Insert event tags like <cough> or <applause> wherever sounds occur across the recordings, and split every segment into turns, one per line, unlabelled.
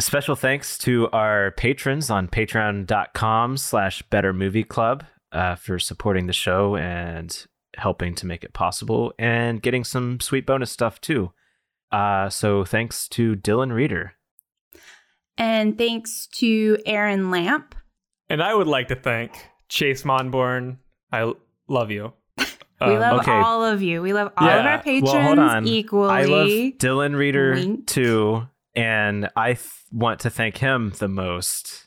Special thanks to our patrons on patreon.com slash better movie club uh, for supporting the show and helping to make it possible and getting some sweet bonus stuff too. Uh, so thanks to Dylan Reeder.
And thanks to Aaron Lamp.
And I would like to thank Chase Monborn. I l- love you.
<laughs> We
Um,
love
okay.
all of you. We love all of
Yeah.
our patrons
well, hold on.
equally.
I love Dylan Reeder
Wink.
too, and I th- want to thank him the most.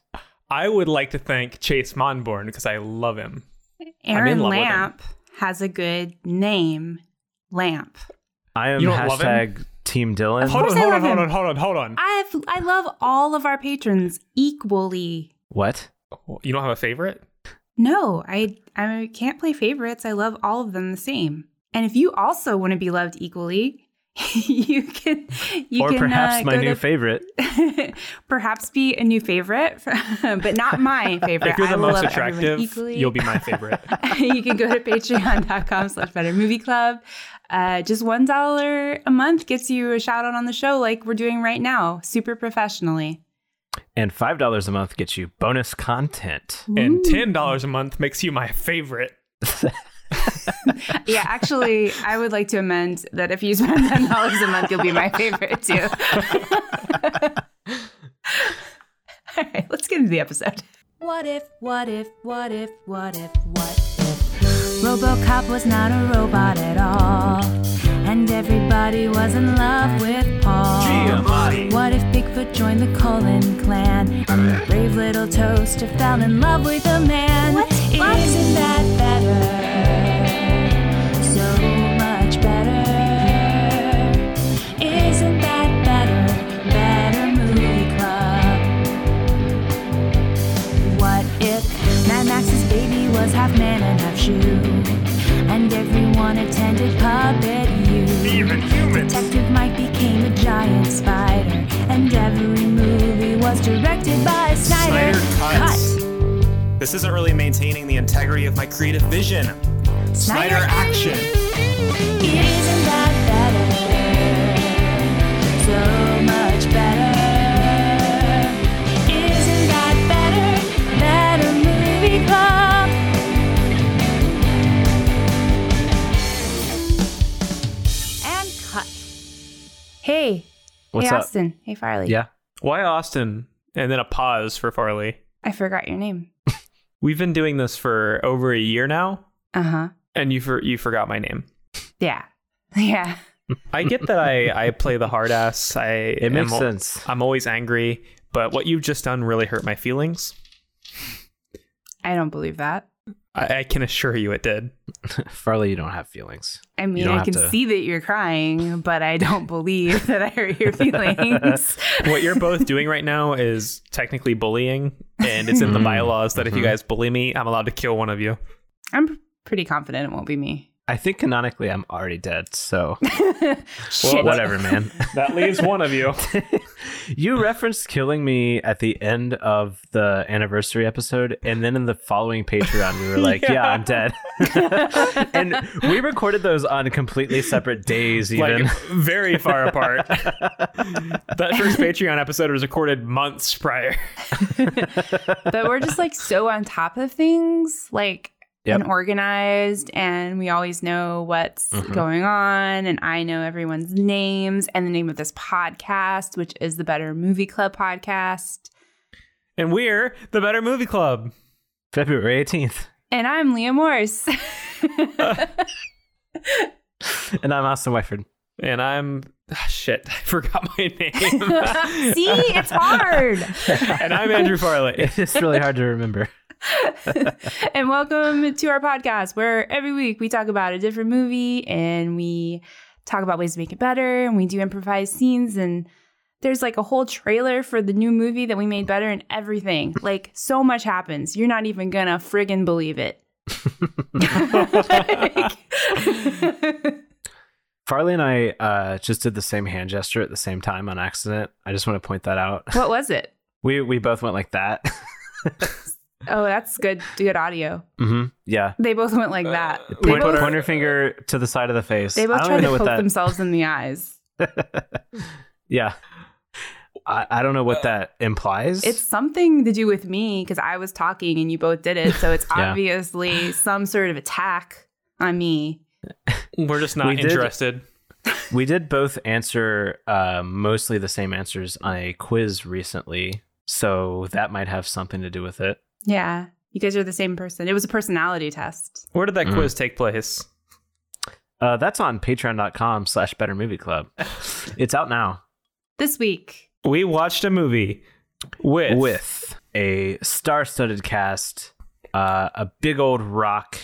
I would like to thank Chase Monborn because I love him. I'm
Aaron
in love with him.
Lamp has a good name. Lamp.
I am
You don't love
hashtag Team Dylan.
Hold
course
on,
I
hold on,
love
hold
him.
on, hold on, hold on.
I've I love all of our patrons equally.
What?
You don't have a favorite?
No, I I can't play favorites. I love all of them the same. And if you also want to be loved equally, <laughs> you can you
or
can
perhaps
uh,
my
go
new
to-
favorite.
<laughs> perhaps be a new favorite, <laughs> but not my favorite.
<laughs> If you're
I
the
will
most
love everyone
attractive,
equally.
you'll be
<laughs>
my favorite.
you can go to patreon.com slash better movie club uh, just one dollar a month gets you a shout out on the show like we're doing right now super professionally
And five dollars a month gets you bonus content.
and $10 a month makes you my favorite.
yeah actually i would like to amend that if you spend ten dollars a month you'll be my favorite too <laughs> all right let's get into the episode
What if, what if, what if, what if, what if Robocop was not a robot at all? And everybody was in love with Paul. What if Bigfoot joined the Colin clan? And brave little toaster fell in love with a man. Isn't that better? So much better. Isn't that better? Better movie club. What if Mad Max's baby was half man and half shoe? And everyone attended puppet you. Even humans. Detective Mike became a giant spider. And every movie was directed by Snyder.
Snyder cuts. This isn't really maintaining the integrity of my creative vision. Snyder action.
Isn't that better? So much better. Isn't that better? Better movie club. And cut.
hey
What's
hey
up?
austin hey farley
Yeah.
Why Austin? And then a pause for Farley.
i forgot your name
We've been doing this for over a year now,
uh-huh
and you for- you forgot my name.
yeah <laughs> yeah
I get that <laughs> I, I play the hard ass. I
It makes
am,
sense.
I'm always angry, but what you've just done really hurt my feelings.
i don't believe that
I, I can assure you it did.
<laughs> Farley, you don't have feelings.
I
You
mean,
don't
I
have
can
to-
see that you're crying, but I don't believe that I hurt
<laughs>
your feelings.
What you're <laughs> both doing right now is technically bullying, and it's in the
Mhm.
bylaws that if you
Mhm.
guys bully me, I'm allowed to kill one of you.
I'm pretty confident it won't be me.
I think canonically I'm already dead, <laughs> so
Shit.
whatever, <laughs> man.
That leaves one of <laughs> you.
you referenced killing me at the end of the anniversary episode, and then in the following Patreon, we were like, <laughs> "Yeah, I'm dead," and we recorded those on completely separate days. Even <laughs>
like very far apart. <laughs> that first Patreon episode was recorded months prior.
But we're just like so on top of things, like
Yep.
and organized, and we always know what's
Mhm.
going on. And I know everyone's names and the name of this podcast, which is the Better Movie Club podcast.
And we're the Better Movie Club.
February 18th,
And I'm Leah
<laughs>
Morse.
and I'm Austin Wyford.
And I'm ah, shit, I forgot my <laughs> name.
<laughs> see, it's hard.
and I'm Andrew Farley.
It's really hard to remember.
and welcome to our podcast where every week we talk about a different movie and we talk about ways to make it better and we do improvised scenes and there's like a whole trailer for the new movie that we made better and everything. Like so much happens. You're not even gonna friggin' believe it. Like-
Farley and I uh, just did the same hand gesture at the same time on accident. I just want to point that out. <laughs>
what was it?
We we both went like that.
Oh, that's good good audio.
hmm Yeah.
They both went like that. They
Point,
both,
pointer finger to the side of the face.
they both
I
tried
don't even
to
know
poke
what that.
themselves in the eyes.
yeah. I, I don't know what that implies.
Uh, It's something to do with me because I was talking and you both did it. So it's
<laughs> Yeah.
obviously some sort of attack on me.
We're just not
We did-
interested.
we did both answer uh, mostly the same answers on a quiz recently, so that might have something to do with it.
Yeah. You guys are the same person. It was a personality test.
Where did that
Mm.
quiz take place?
Uh, that's on patreon.com slash better movie club. It's out now
This
<laughs>
week,
We watched a movie with <laughs>
with a star studded cast, uh, a big old rock,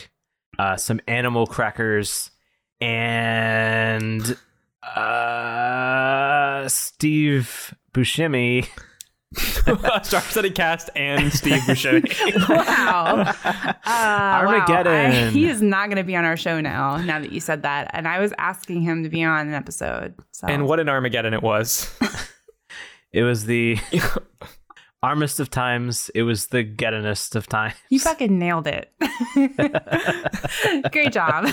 uh, some animal crackers, and uh, Steve Buscemi. <laughs>
Star City Cast and Steve Buscemi.
wow. Uh,
Armageddon.
Wow. I- <laughs> he is not going to be on our show now, now that you said that. And I was asking him to be on an episode. So.
and what an Armageddon it was.
It was the armest of times. It was the gettinest of times. <laughs>
You fucking nailed it. <laughs> Great
<laughs>
job.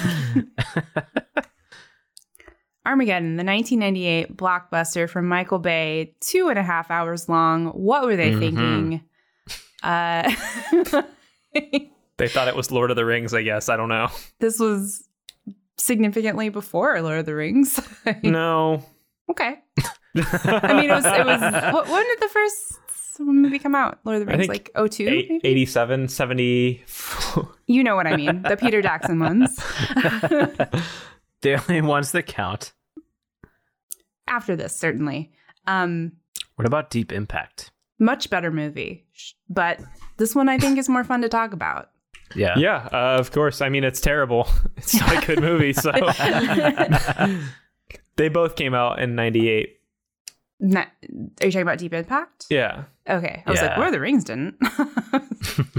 Armageddon, the 1998 blockbuster from Michael Bay, two and a half hours long. What were they
Mm-hmm.
Mhm.
thinking? Uh, <laughs>
they thought it was Lord of the Rings, I guess. I don't know.
this was significantly before Lord of the Rings. <laughs>
No.
okay. I mean, it was, it was what,
<laughs>
when did the first movie come out? Lord of the
I
Rings,
think
like 02?
Eight,
maybe?
87, 74.
You know what I mean. The Peter Jackson ones.
The only ones that count.
After this, certainly. Um,
What about Deep Impact?
much better movie. Sh- But this one I think is more fun to talk about. <laughs>
Yeah.
<laughs> Yeah, uh, of course. I mean, it's terrible. <laughs> It's not a good movie. So they both came out in '98.
Na- are you talking about Deep Impact?
Yeah,
Okay. I was
Yeah.
like, Lord of the Rings didn't. <laughs>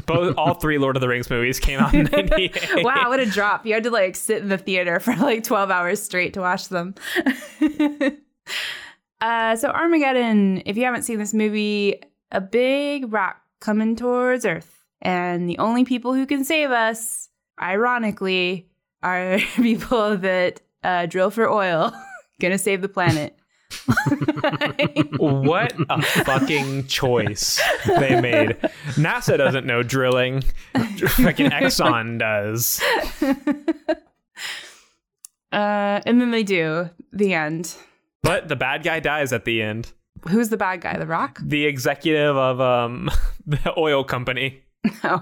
both all three Lord of the Rings movies came <laughs>
<laughs>
out in '98.
wow, what a drop. You had to like sit in the theater for like 12 hours straight to watch them. <laughs> uh, so, Armageddon, if you haven't seen this movie, a big rock coming towards Earth. And the only people who can save us, ironically, are <laughs> people that uh, drill for oil, <laughs> gonna save the planet.
What a fucking choice they made. NASA doesn't know drilling. Fucking Exxon does.
Uh, and then they do the end.
But the bad guy dies at the end.
Who's the bad guy? The Rock?
The executive of um <laughs> the oil company.
No.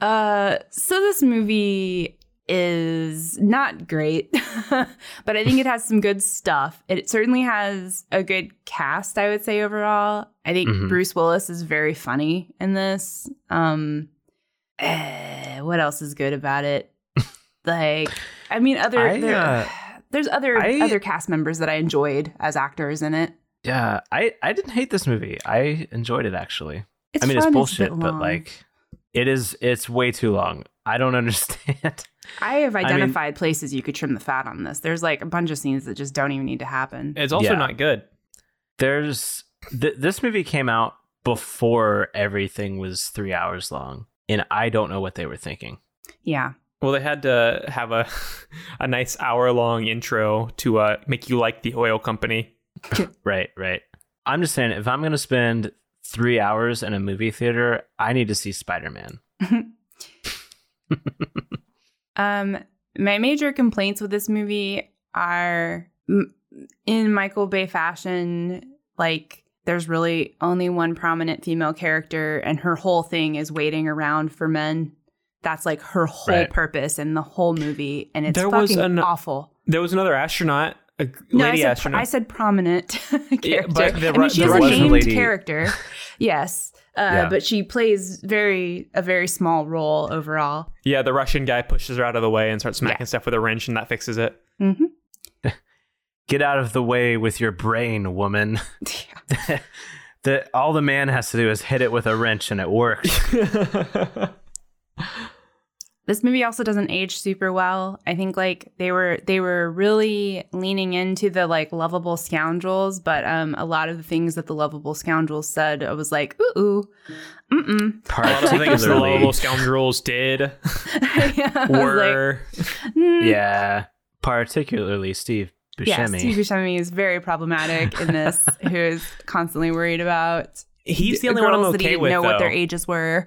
uh, so this movie is not great, <laughs> but I think it has some good stuff. It certainly has a good cast. I would say overall, I think
Mhm.
Bruce Willis is very funny in this. Um, eh, what else is good
<laughs>
about it? like, I mean, other.
I,
there-
uh,
there's other
I-
other cast members that I enjoyed as actors in it.
Yeah. I, I didn't hate this movie. I enjoyed it actually.
It's
I mean, it's
fun, a bit
bullshit, but
long.
like, it is. It's way too long. I don't <laughs> understand.
I have
mean-
identified places you could trim the fat on this. There's like a bunch of scenes that just don't even need to happen.
It's also
Yeah.
not good.
There's th- this movie came out before everything was three hours long, and I don't know what they were thinking.
yeah.
Well, they had to have a <laughs> a nice hour long intro to uh, make you like the oil company.
Right, right. I'm just saying, if I'm going to spend three hours in a movie theater, I need to see Spider Man.
Um, my major complaints with this movie are m- in Michael Bay fashion, like there's really only one prominent female character, and her whole thing is waiting around for men. That's like her whole
Right.
purpose in the whole movie, and it's
There
fucking
was an-
awful.
There was another astronaut, a g-
No,
lady
I said,
astronaut.
I said prominent <laughs> character.
but the
I
Ru-
mean, she's
the
a
Russian
named
lady-
character. Yes, uh,
Yeah.
but she plays very a very small role overall.
yeah, the Russian guy pushes her out of the way and starts smacking stuff with a wrench, and that fixes
<laughs>
it.
hmm
Get out of the way with your brain, woman. <laughs> That all the man has to do is hit it with a wrench and it
<laughs>
works.
This movie also doesn't age super well. I think like they were they were really leaning into the like lovable scoundrels, but um a lot of the things that the lovable scoundrels said, I was like, ooh, ooh, <laughs> mm
A lot of <laughs> things the
Particularly,
lovable
<laughs>
scoundrels did
mm.
were
yeah, particularly Steve
Yes,
Buscemi.
Steve Buscemi is very problematic in this, who is constantly worried about
He's the
g-
only one I'm
girls that he
okay
didn't
with.
know
though.
what their ages were.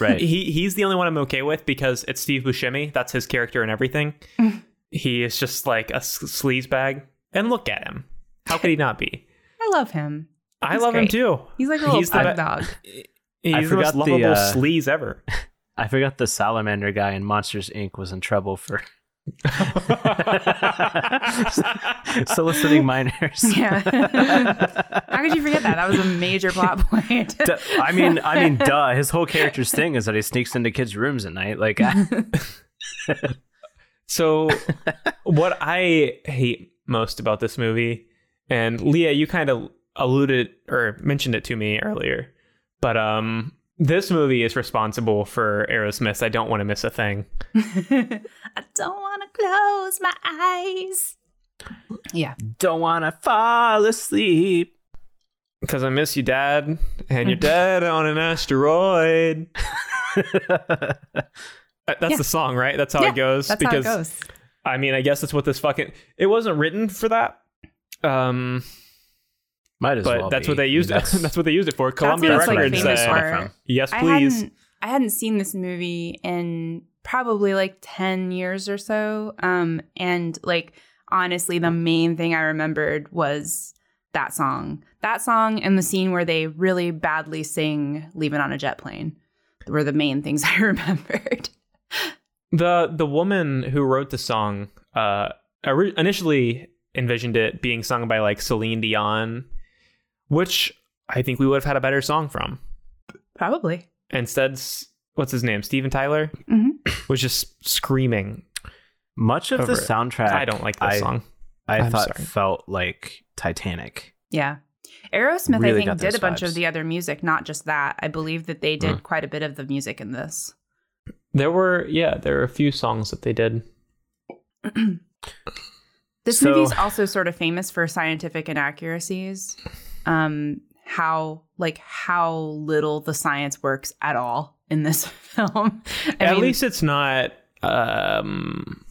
right.
He he's the only one I'm okay with because it's Steve Buscemi. That's his character
<laughs>
and everything. he is just like a s- sleaze bag. And look at him. How could he
<laughs>
not be?
I love him.
I
He's
love him
great.
too.
He's like a little
He's the
pug
be-
dog.
He's
I
the most
forgot the,
lovable
uh,
sleaze ever.
I forgot the salamander guy in Monsters Inc. was in trouble <laughs> for soliciting minors.
Yeah. How
<laughs>
could you forget that? That was a major
<laughs>
plot point.
Duh, I mean, I mean, duh. His whole character's thing is that he sneaks into kids' rooms at night. Like,
<laughs>
I,
So, what I hate most about this movie, and Leah, you kind of alluded or mentioned it to me earlier, but um, this movie is responsible for Aerosmith's "I Don't Want to Miss a Thing."
<laughs> I don't want to close my eyes. Yeah.
don't want to fall asleep.
Because I miss you, Dad,
<laughs>
and you're dead on an asteroid. Uh, That's
Yeah.
the song, right? That's how
Yeah,
it goes.
That's
because
how it goes.
I mean, I guess that's what this fucking. It wasn't written for that. Um,
<laughs> Might as
but
well.
that's
be.
what they used. That's,
<laughs> That's,
what they used it <laughs> for.
That's what
Columbia
it's like
Records.
famous
uh,
for.
Yes,
I
please.
hadn't I hadn't seen this movie in probably like 10 years or so. Um and like honestly the main thing I remembered was that song. That song and the scene where they really badly sing Leaving on a Jet Plane were the main things <laughs> I remembered.
the the woman who wrote the song uh ori- initially envisioned it being sung by like Celine Dion which I think we would have had a better song from
Probably.
instead s- what's his name Steven Tyler
Mhm.
<clears throat> was just screaming
Much of the
Over it.
soundtrack.
I don't like this
I-
song
I
I'm
thought
sorry.
felt like Titanic.
Yeah. Aerosmith,
Really
I
got
think, did
those
a bunch
vibes. Mm.
of the other music, not just that. I believe that they did quite a bit of the music in this.
there were yeah there were a few songs that they did
This
So-
movie's also sort of famous for scientific inaccuracies. Um, how like how little the science works at all in this <laughs> film. I
at
mean,
least it's not um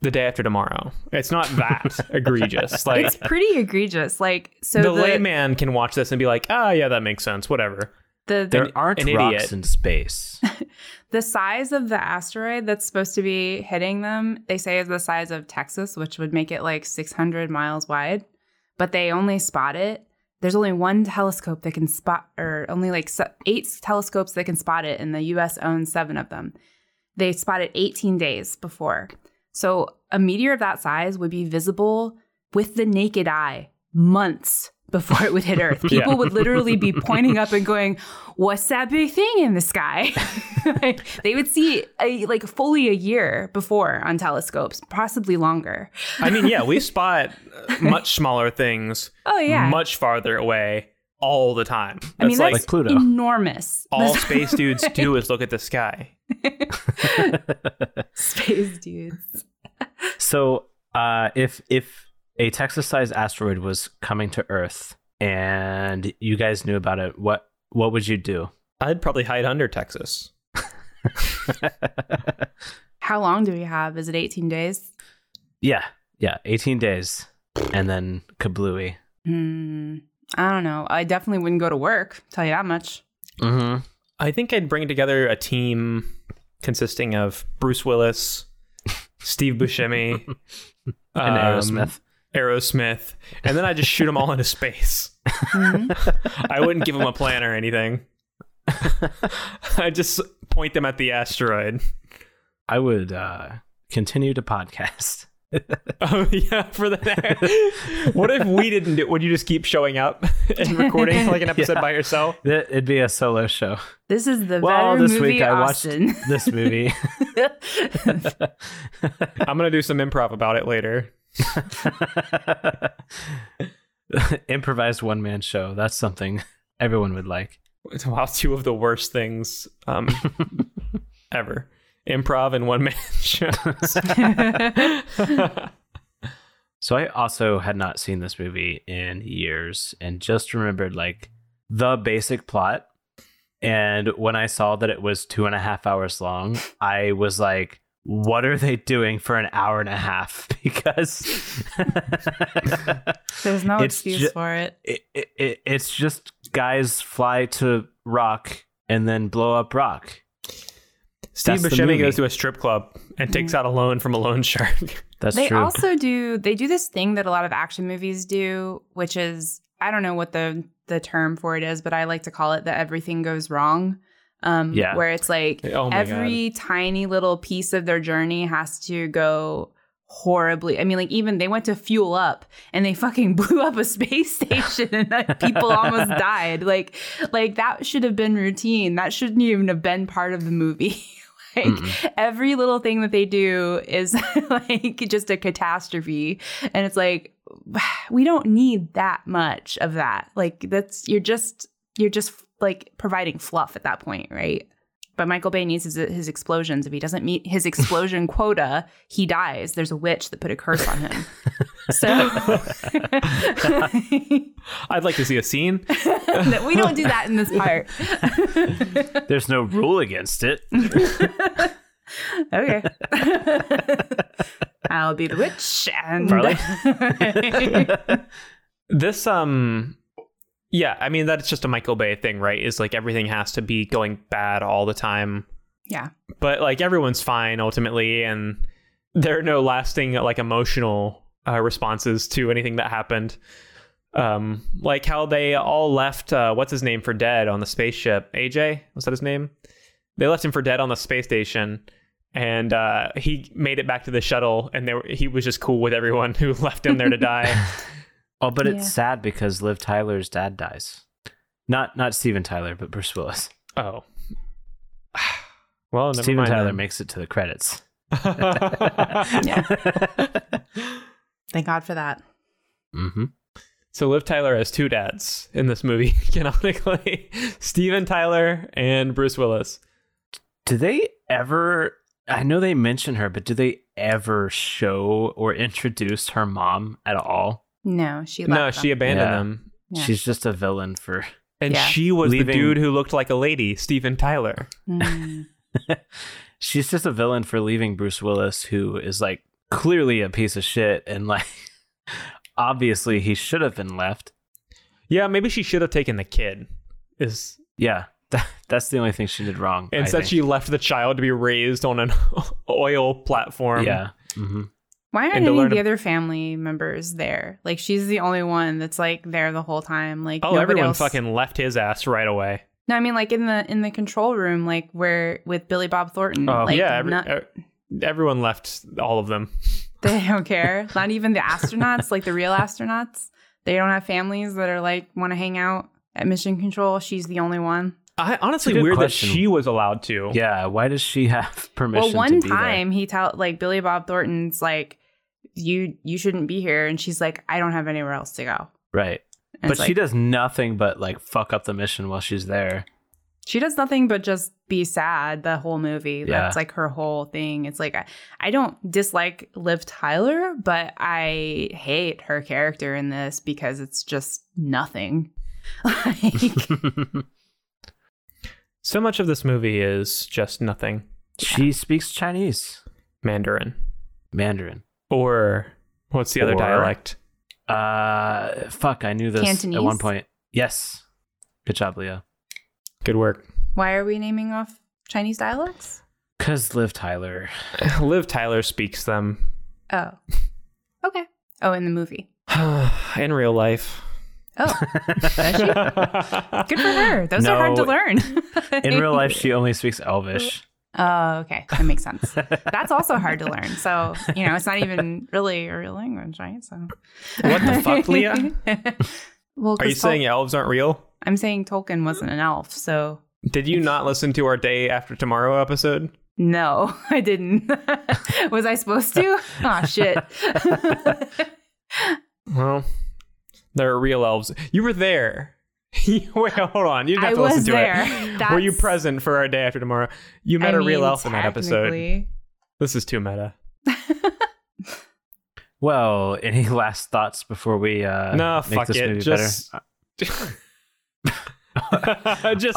the day after tomorrow it's not
<laughs>
that egregious like
it's pretty egregious. Like so
the
the
layman can watch this and be like ah yeah that makes sense whatever
the, the
There
An-
aren't
an
rocks
idiot.
in
<laughs>
space. <laughs>
the size of the asteroid that's supposed to be hitting them, they say is the size of Texas, which would make it like 600 miles wide, but they only spot it. There's only one telescope that can spot, or only like se- eight telescopes that can spot it, and the US owns seven of them. They spot it 18 days before. So a meteor of that size would be visible with the naked eye months before it would hit Earth. People would literally be pointing up and going, "What's that big thing in the sky?" <laughs> they would see a, like fully a year before on telescopes, possibly longer.
I mean, yeah, we spot uh, much smaller things
Oh yeah,
much farther away all the time. That's
I mean
like
that's
Mm,
<laughs>
Like Pluto.
enormous. <laughs>
all space dudes do is look at the sky.
space dudes.
So, uh, if if a Texas-sized asteroid was coming to Earth and you guys knew about it, what what would you do?
I'd probably hide under Texas.
How long do we have? Is it 18 days?
yeah, yeah, eighteen days, and then kablooey.
Hmm. I don't know. I definitely wouldn't go to work. Tell you that much.
Mm-hmm.
I think I'd bring together a team consisting of Bruce Willis, Steve Buscemi,
<laughs> And
um,
Aerosmith.
Aerosmith, and then I just shoot them all into space.
Hmm.
<laughs>
I wouldn't give them a plan or anything. <laughs> I just point them at the asteroid.
I would uh, continue to podcast. <laughs>
<laughs> Oh yeah, for the <laughs> what if we didn't do? Would you just keep showing up <laughs> and
<laughs>
recording like an episode by yourself?
It- It'd be a solo show.
This is the
well,
better
this
movie
week I
Austin. <laughs>
watched this movie. <laughs>
I'm gonna do some improv about it later.
Improvised one man show. That's something everyone would like.
It's Wow, two of the worst things
<laughs>
um, ever: improv and one man <laughs> shows.
So I also had not seen this movie in years and just remembered like the basic plot. And when I saw that it was two and a half hours long, I was like, what are they doing for an hour and a half? <laughs>
<laughs>
Because
There's no
<laughs> It's
excuse
ju-
for it.
it, it, it, it's just guys fly to rock and then blow up rock.
Steve
That's the
Buscemi
movie.
goes to a strip club and takes out a loan from a loan shark. <laughs>
That's
they
true.
also do they do this thing that a lot of action movies do, which is I don't know what the the term for it is, but I like to call it that everything goes wrong. Um,
Yeah.
where it's like
Oh my
every tiny little piece of their journey has to go horribly. I mean, like even they went to fuel up and they fucking <laughs> blew up a space station and like
<laughs>
people almost died. Like like that should have been routine. That shouldn't even have been part of the movie. <laughs> like
Mm-mm.
every little thing that they do is <laughs> like just a catastrophe and it's like <sighs> we don't need that much of that. Like that's you're just you're just like providing fluff at that point, right? But Michael Bay needs his, his explosions. If he doesn't meet his explosion quota, he dies. There's a witch that put a curse on him. So <laughs>
God. I'd like to see a scene.
No, we don't do that in this part.
There's no rule against it.
<laughs>
Okay. I'll be the witch and <laughs>
Farley?
This um yeah, I mean that's just a Michael Bay thing, right? Is like everything has to be going bad all the time.
yeah.
But like everyone's fine ultimately and there are no lasting like emotional uh, responses to anything that happened. Um like how they all left uh what's his name for dead on the spaceship. AJ, was that his name? They left him for dead on the space station and uh he made it back to the shuttle and they were, he was just cool with everyone <laughs> who left him there to die.
Oh, but
Yeah.
it's sad because Liv Tyler's dad dies. Not not Steven Tyler, but Bruce Willis.
Oh.
<sighs>
Well, Oh, never
Steven
mind
Tyler
then.
makes it to the
<laughs>
credits. <laughs>
Thank God for that.
hmm
so Liv Tyler has two dads in this movie <laughs> canonically: Steven Tyler and Bruce Willis.
Do they ever? I know they mention her, but do they ever show or introduce her mom at all?
No, she left.
No, she
them.
abandoned
Yeah.
them,
Yeah.
She's just a villain for.
and
Yeah.
she was the
Leaving-
dude who looked like a lady, Steven Tyler.
Mm.
She's just a villain for leaving Bruce Willis, who is like clearly a piece of shit, and like <laughs> obviously he should have been left.
Yeah, maybe she should have taken the kid. Is
Yeah, <laughs> that, that's the only thing she did wrong. I
instead
think.
she left the child to be raised on an <laughs> oil platform.
Yeah.
Mm-hmm.
hmm
Why aren't
And to
any
learn
of the
ab-
other family members there? Like she's the only one that's like there the whole time. Like
Oh,
nobody
everyone
else-
fucking left his ass right away.
No, I mean like in the in the control room, like where with Billy Bob Thornton.
Oh,
like,
yeah, every,
not-
e- everyone left. All of them.
they don't care. Not even the astronauts, like the
<laughs>
real astronauts. They don't have families that are like want to hang out at mission control. She's the only one.
I honestly
It's a good
weird
question.
that she was allowed to.
Yeah, why does she <laughs> have permission?
well, one
to be
time he tell like Billy Bob Thornton's like you you shouldn't be here, and she's like I don't have anywhere else to go.
there? right?
And
But
it's
she
like,
does nothing but like fuck up the mission while she's
<laughs>
there.
She does nothing but just be sad the whole movie.
Yeah.
That's like her whole thing. It's like I, I don't dislike Liv Tyler, but I hate her character in this because it's just nothing. <laughs>
<laughs>
Like,
So much of this movie is just nothing.
she speaks Chinese,
Mandarin.
Mandarin.
Or what's the other
Or-
dialect?
Uh, fuck, I knew this at
Cantonese?
one point. Yes, good job, Leah.
Good work. <sighs>
why are we naming off Chinese dialects?
Cause Liv Tyler.
Liv Tyler speaks them <sighs>
Oh, okay. Oh, in the movie.
in real <laughs> life.
Oh, does she? good
<laughs>
for her. Those are hard to
No.
learn.
<laughs> In
<laughs>
real life, she only speaks Elvish.
Oh, okay. That makes sense.
<laughs>
That's also hard to learn. So, you know, it's not even really a real language, right? So,
What the fuck,
<laughs>
Leah?
well,
Are you
'cause Tol-
saying elves aren't real?
I'm saying Tolkien wasn't an elf. So,
Did you not listen to our Day After Tomorrow episode?
no, <laughs> I didn't. Was I supposed
<laughs>
to? Oh, shit.
Well, there are real elves. You were there. <laughs> Wait, hold on. You didn't have
I
to listen
was
to
there.
it. <laughs> Were
That's-
you present for our Day After Tomorrow? You met
I
a real
mean,
elf in that episode.
technically.
This is too meta.
Well, any <laughs> last thoughts before we uh
no,
make
fuck
this
it.
movie
Just,
better?
<laughs> just,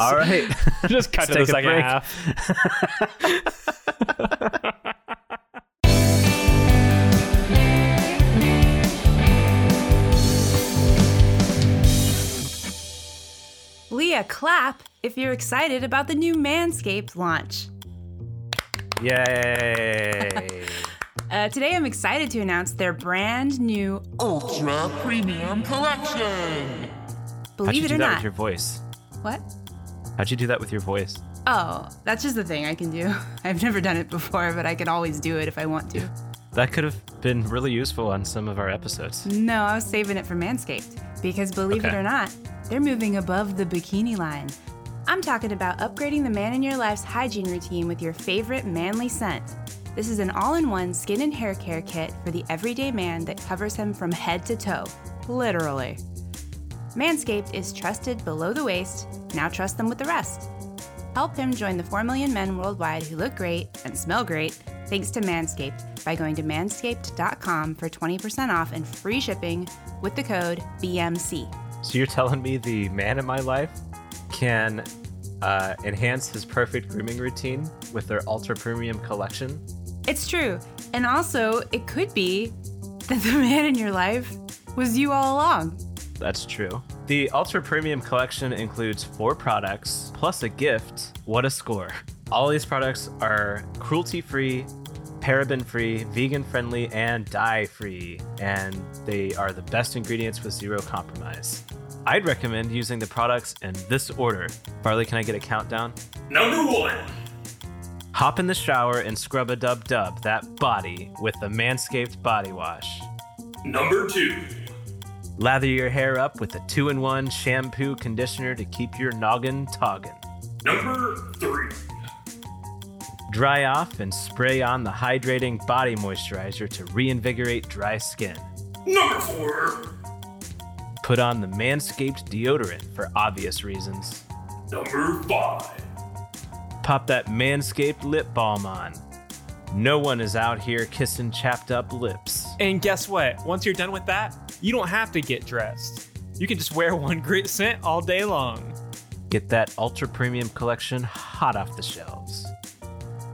Uh, All right,
just cut
Let's
to the
take a
second
break.
half.
Leah, clap if you're excited about the new Manscaped launch.
Yay!
Uh, today, I'm excited to announce their brand new,
Ultra Premium Collection.
How'd
believe
you
it
do
or
that with
not.
your voice?
what?
How'd you do that with your voice?
Oh, that's just the thing I can do. <laughs> I've never done it before, but I can always do it if I want to.
That could have been really useful on some of our episodes.
No, I was saving it for Manscaped because believe
Okay.
it or not, they're moving above the bikini line. I'm talking about upgrading the man in your life's hygiene routine with your favorite manly scent. This is an all in one skin and hair care kit for the everyday man that covers him from head to toe, literally. Manscaped is trusted below the waist, now trust them with the rest. Help him join the 4 million men worldwide who look great and smell great thanks to Manscaped by going to manscaped.com for 20% off and free shipping with the code BMC.
So you're telling me the man in my life can uh, enhance his perfect grooming routine with their ultra premium collection?
It's true. And also, it could be that the man in your life was you all along.
That's true. The ultra premium collection includes four products plus a gift. What a score! All these products are cruelty free, paraben free, vegan friendly, and dye free, and they are the best ingredients with zero compromise. I'd recommend using the products in this order. Farley, can I get a countdown?
Number one.
Hop in the shower and scrub a dub dub that body with the Manscaped Body Wash.
Number two.
Lather your hair up with a two in one shampoo conditioner to keep your noggin toggin.
Number three.
Dry off and spray on the hydrating body moisturizer to reinvigorate dry skin.
Number four.
Put on the Manscaped deodorant for obvious reasons.
Number five.
Pop that Manscaped lip balm on. No one is out here kissing chapped up lips.
And guess what? Once you're done with that, you don't have to get dressed. You can just wear <laughs> one great scent all day long.
Get that ultra premium collection hot off the shelves.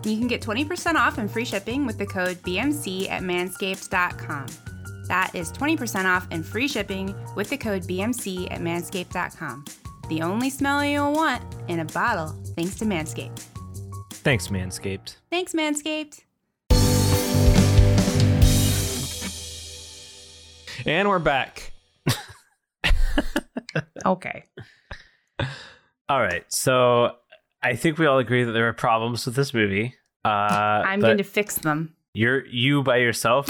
You can get 20% off and free shipping with the code BMC at manscaped.com. That is 20% off and free shipping with the code BMC at manscaped.com. The only smell you'll want in a bottle, thanks to Manscaped.
Thanks, Manscaped.
Thanks, Manscaped.
And we're back.
Okay.
All right. So I think we all agree that there are problems with this movie. Uh,
I'm
but
going to fix them. <laughs>
You're you by yourself.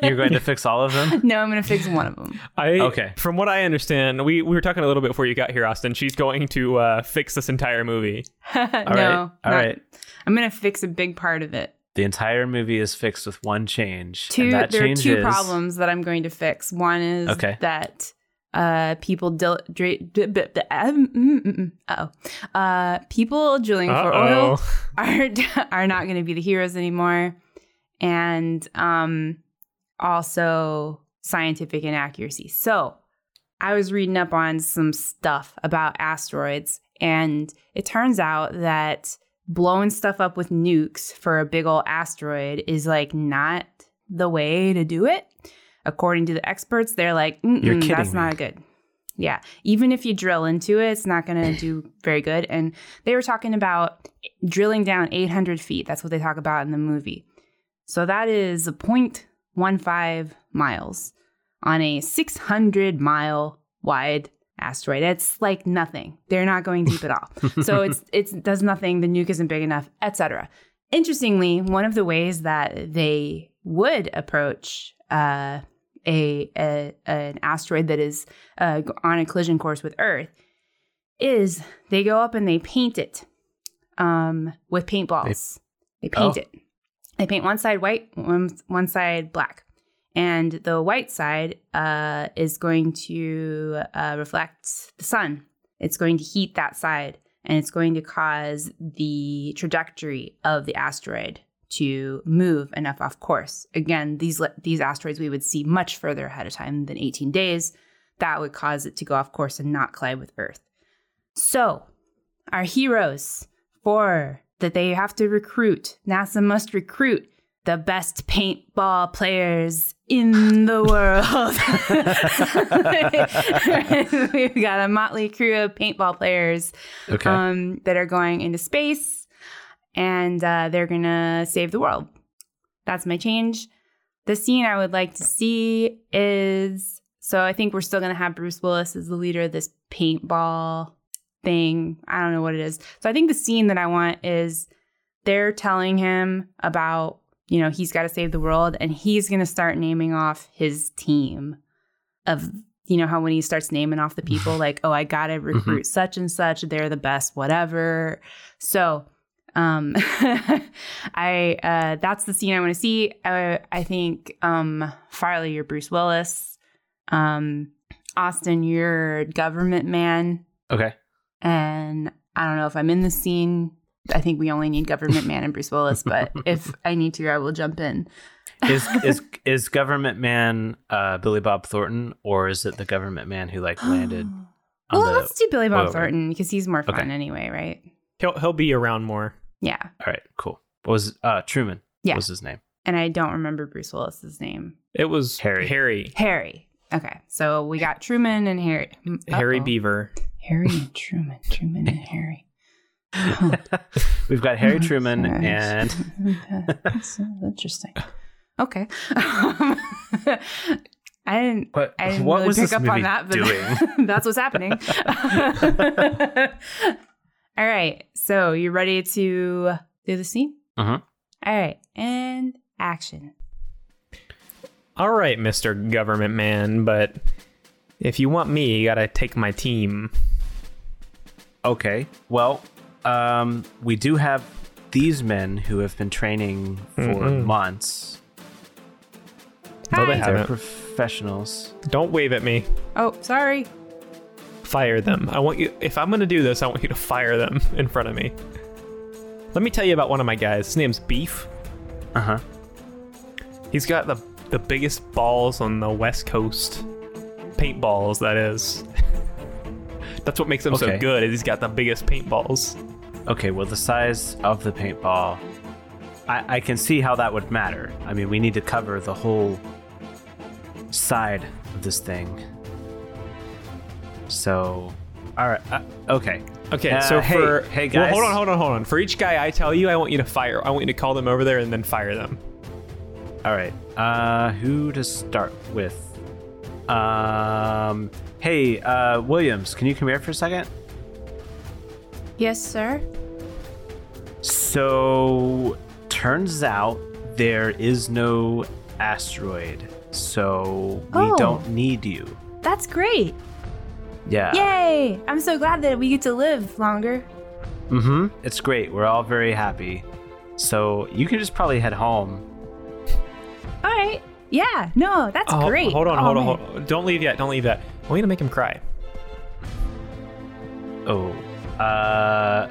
you're going to fix all of them.
No, I'm going to fix one of them. <laughs>
I
Okay.
From what I understand, we, we were talking a little bit before you got here, Austin. She's going to uh, fix this entire movie.
no.
All right, all
not-
right.
I'm going to fix a big part of it.
The entire movie is fixed with one change.
two
and that
there are
change
two
is-
problems that I'm going to fix. One is
Okay.
that uh people dil- dra- d- b- b- um, mm, mm, mm. Uh-oh. uh people drilling for oil are are <laughs> not going to be the heroes anymore and um also scientific inaccuracy. So, I was reading up on some stuff about asteroids and it turns out that blowing stuff up with nukes for a big old asteroid is like not the way to do it. According to the experts, they're like, "Mm-mm,
You're kidding
that's
me."
not good. Yeah. Even if you drill into it, it's not going to do very good. And they were talking about drilling down 800 feet. That's what they talk about in the movie. So that is 0.15 miles on a 600 mile wide asteroid. It's like nothing. They're not going deep at all. So it's it's does nothing. The nuke isn't big enough, etc. Interestingly, one of the ways that they would approach uh, a, a an asteroid that is uh, on a collision course with Earth is they go up and they paint it um, with paintballs. They, paint
Oh.
it. They paint one side white, one, one side black and the white side uh, is going to uh, reflect the sun. It's going to heat that side, and it's going to cause the trajectory of the asteroid to move enough off course. Again, these le- these asteroids we would see much further ahead of time than 18 days. That would cause it to go off course and not collide with Earth. So, our heroes for that they have to recruit. NASA must recruit the best paintball players in the <laughs> world. We've got a motley crew of paintball players
Okay.
um, that are going into space and uh, they're going to save the world. That's my change. The scene I would like to see is so I think we're still going to have Bruce Willis as the leader of this paintball thing. I don't know what it is. So I think the scene that I want is they're telling him about, you know, he's got to save the world and he's going to start naming off his team of you know how when he starts naming off
<laughs>
the people like oh i gotta
Mm-hmm.
recruit such and such they're the best whatever so um <laughs> i uh that's the scene i want to see I, I think um farley you're bruce willis um austin you're government man
okay.
and i don't know if i'm in the scene i think we only need government man and bruce
<laughs>
willis but if i need to i will jump in
<laughs> Is
<laughs>
is is government man uh, Billy Bob Thornton or is it the government man who like
<gasps>
landed? on
well
the,
let's do billy bob
Whatever.
thornton because he's more fun
Okay.
anyway right
He'll he'll be around more.
yeah
all right. Cool. What was uh, Truman?
Yeah.
Was his name?
and I don't remember Bruce Willis's name.
It was
Harry.
Harry.
Harry. Okay, so we got Truman and Harry. Mm, uh-oh.
Harry Beaver.
Harry and Truman. Truman and Harry.
We've got Harry
<laughs> Oh,
Truman
sorry. <laughs>
and
That's interesting. Okay. <laughs> I didn't.
what?
I didn't
what
really
was
pick
this
up
movie
on that, but <laughs>
doing?
that's what's happening. <laughs> All right. So you ready to do the scene?
Uh-huh.
All right, and action.
All right, Mr. Government Man, but if you want me, you gotta take my team.
Okay. Well, um, we do have these men who have been training for months.
No, they
Hi.
They're
haven't.
professionals.
Don't wave at me.
Oh, sorry.
Fire them. I want you. If I'm gonna do this, I want you to fire them <laughs> in front of me. Let me tell you about one of my guys. His name's Beef.
Uh huh.
He's got the the biggest balls on the West Coast. Paintballs, that is. <laughs> That's what makes him so
Okay.
good. Is he's got the biggest paintballs.
Okay. Well, the size of the paintball, I, I can see how that would matter. I mean, we need to cover the whole side of this thing. So, all right. Uh, okay.
Okay,
Uh,
so
hey-
for
hey,
Well, hold
guys.
on, hold on, hold on. For each guy I tell you, I want you to fire. I want you to call them over there and then fire them.
All right. Uh, who to start with? Um. Hey, uh, Williams, can you come here for a second?
Yes, sir.
So, turns out there is no asteroid, so we
Oh.
don't need you.
That's great.
Yeah.
Yay! I'm so glad that we get to live longer.
Mm-hmm. It's great. We're all very happy. So you can just probably head home.
All right. Yeah. No, that's
Oh,
great.
Hold on,
Oh,
hold on,
man.
hold on. Don't leave yet. Don't leave yet. I want you to make him cry.
Oh. Uh.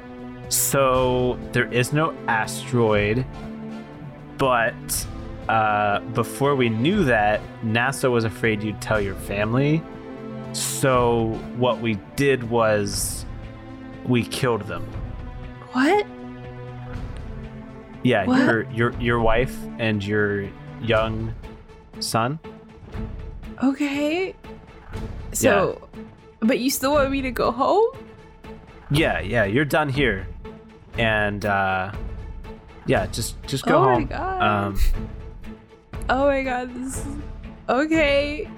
So there is no asteroid, but uh, before we knew that, NASA was afraid you'd tell your family. So what we did was we killed them.
What?
Yeah,
What?
your your your wife and your young son.
Okay. So, but you still want me to go home?
Yeah, yeah, you're done here, and uh, yeah, just just go
Oh my
home.
God.
Um,
Oh my god, this is. Okay.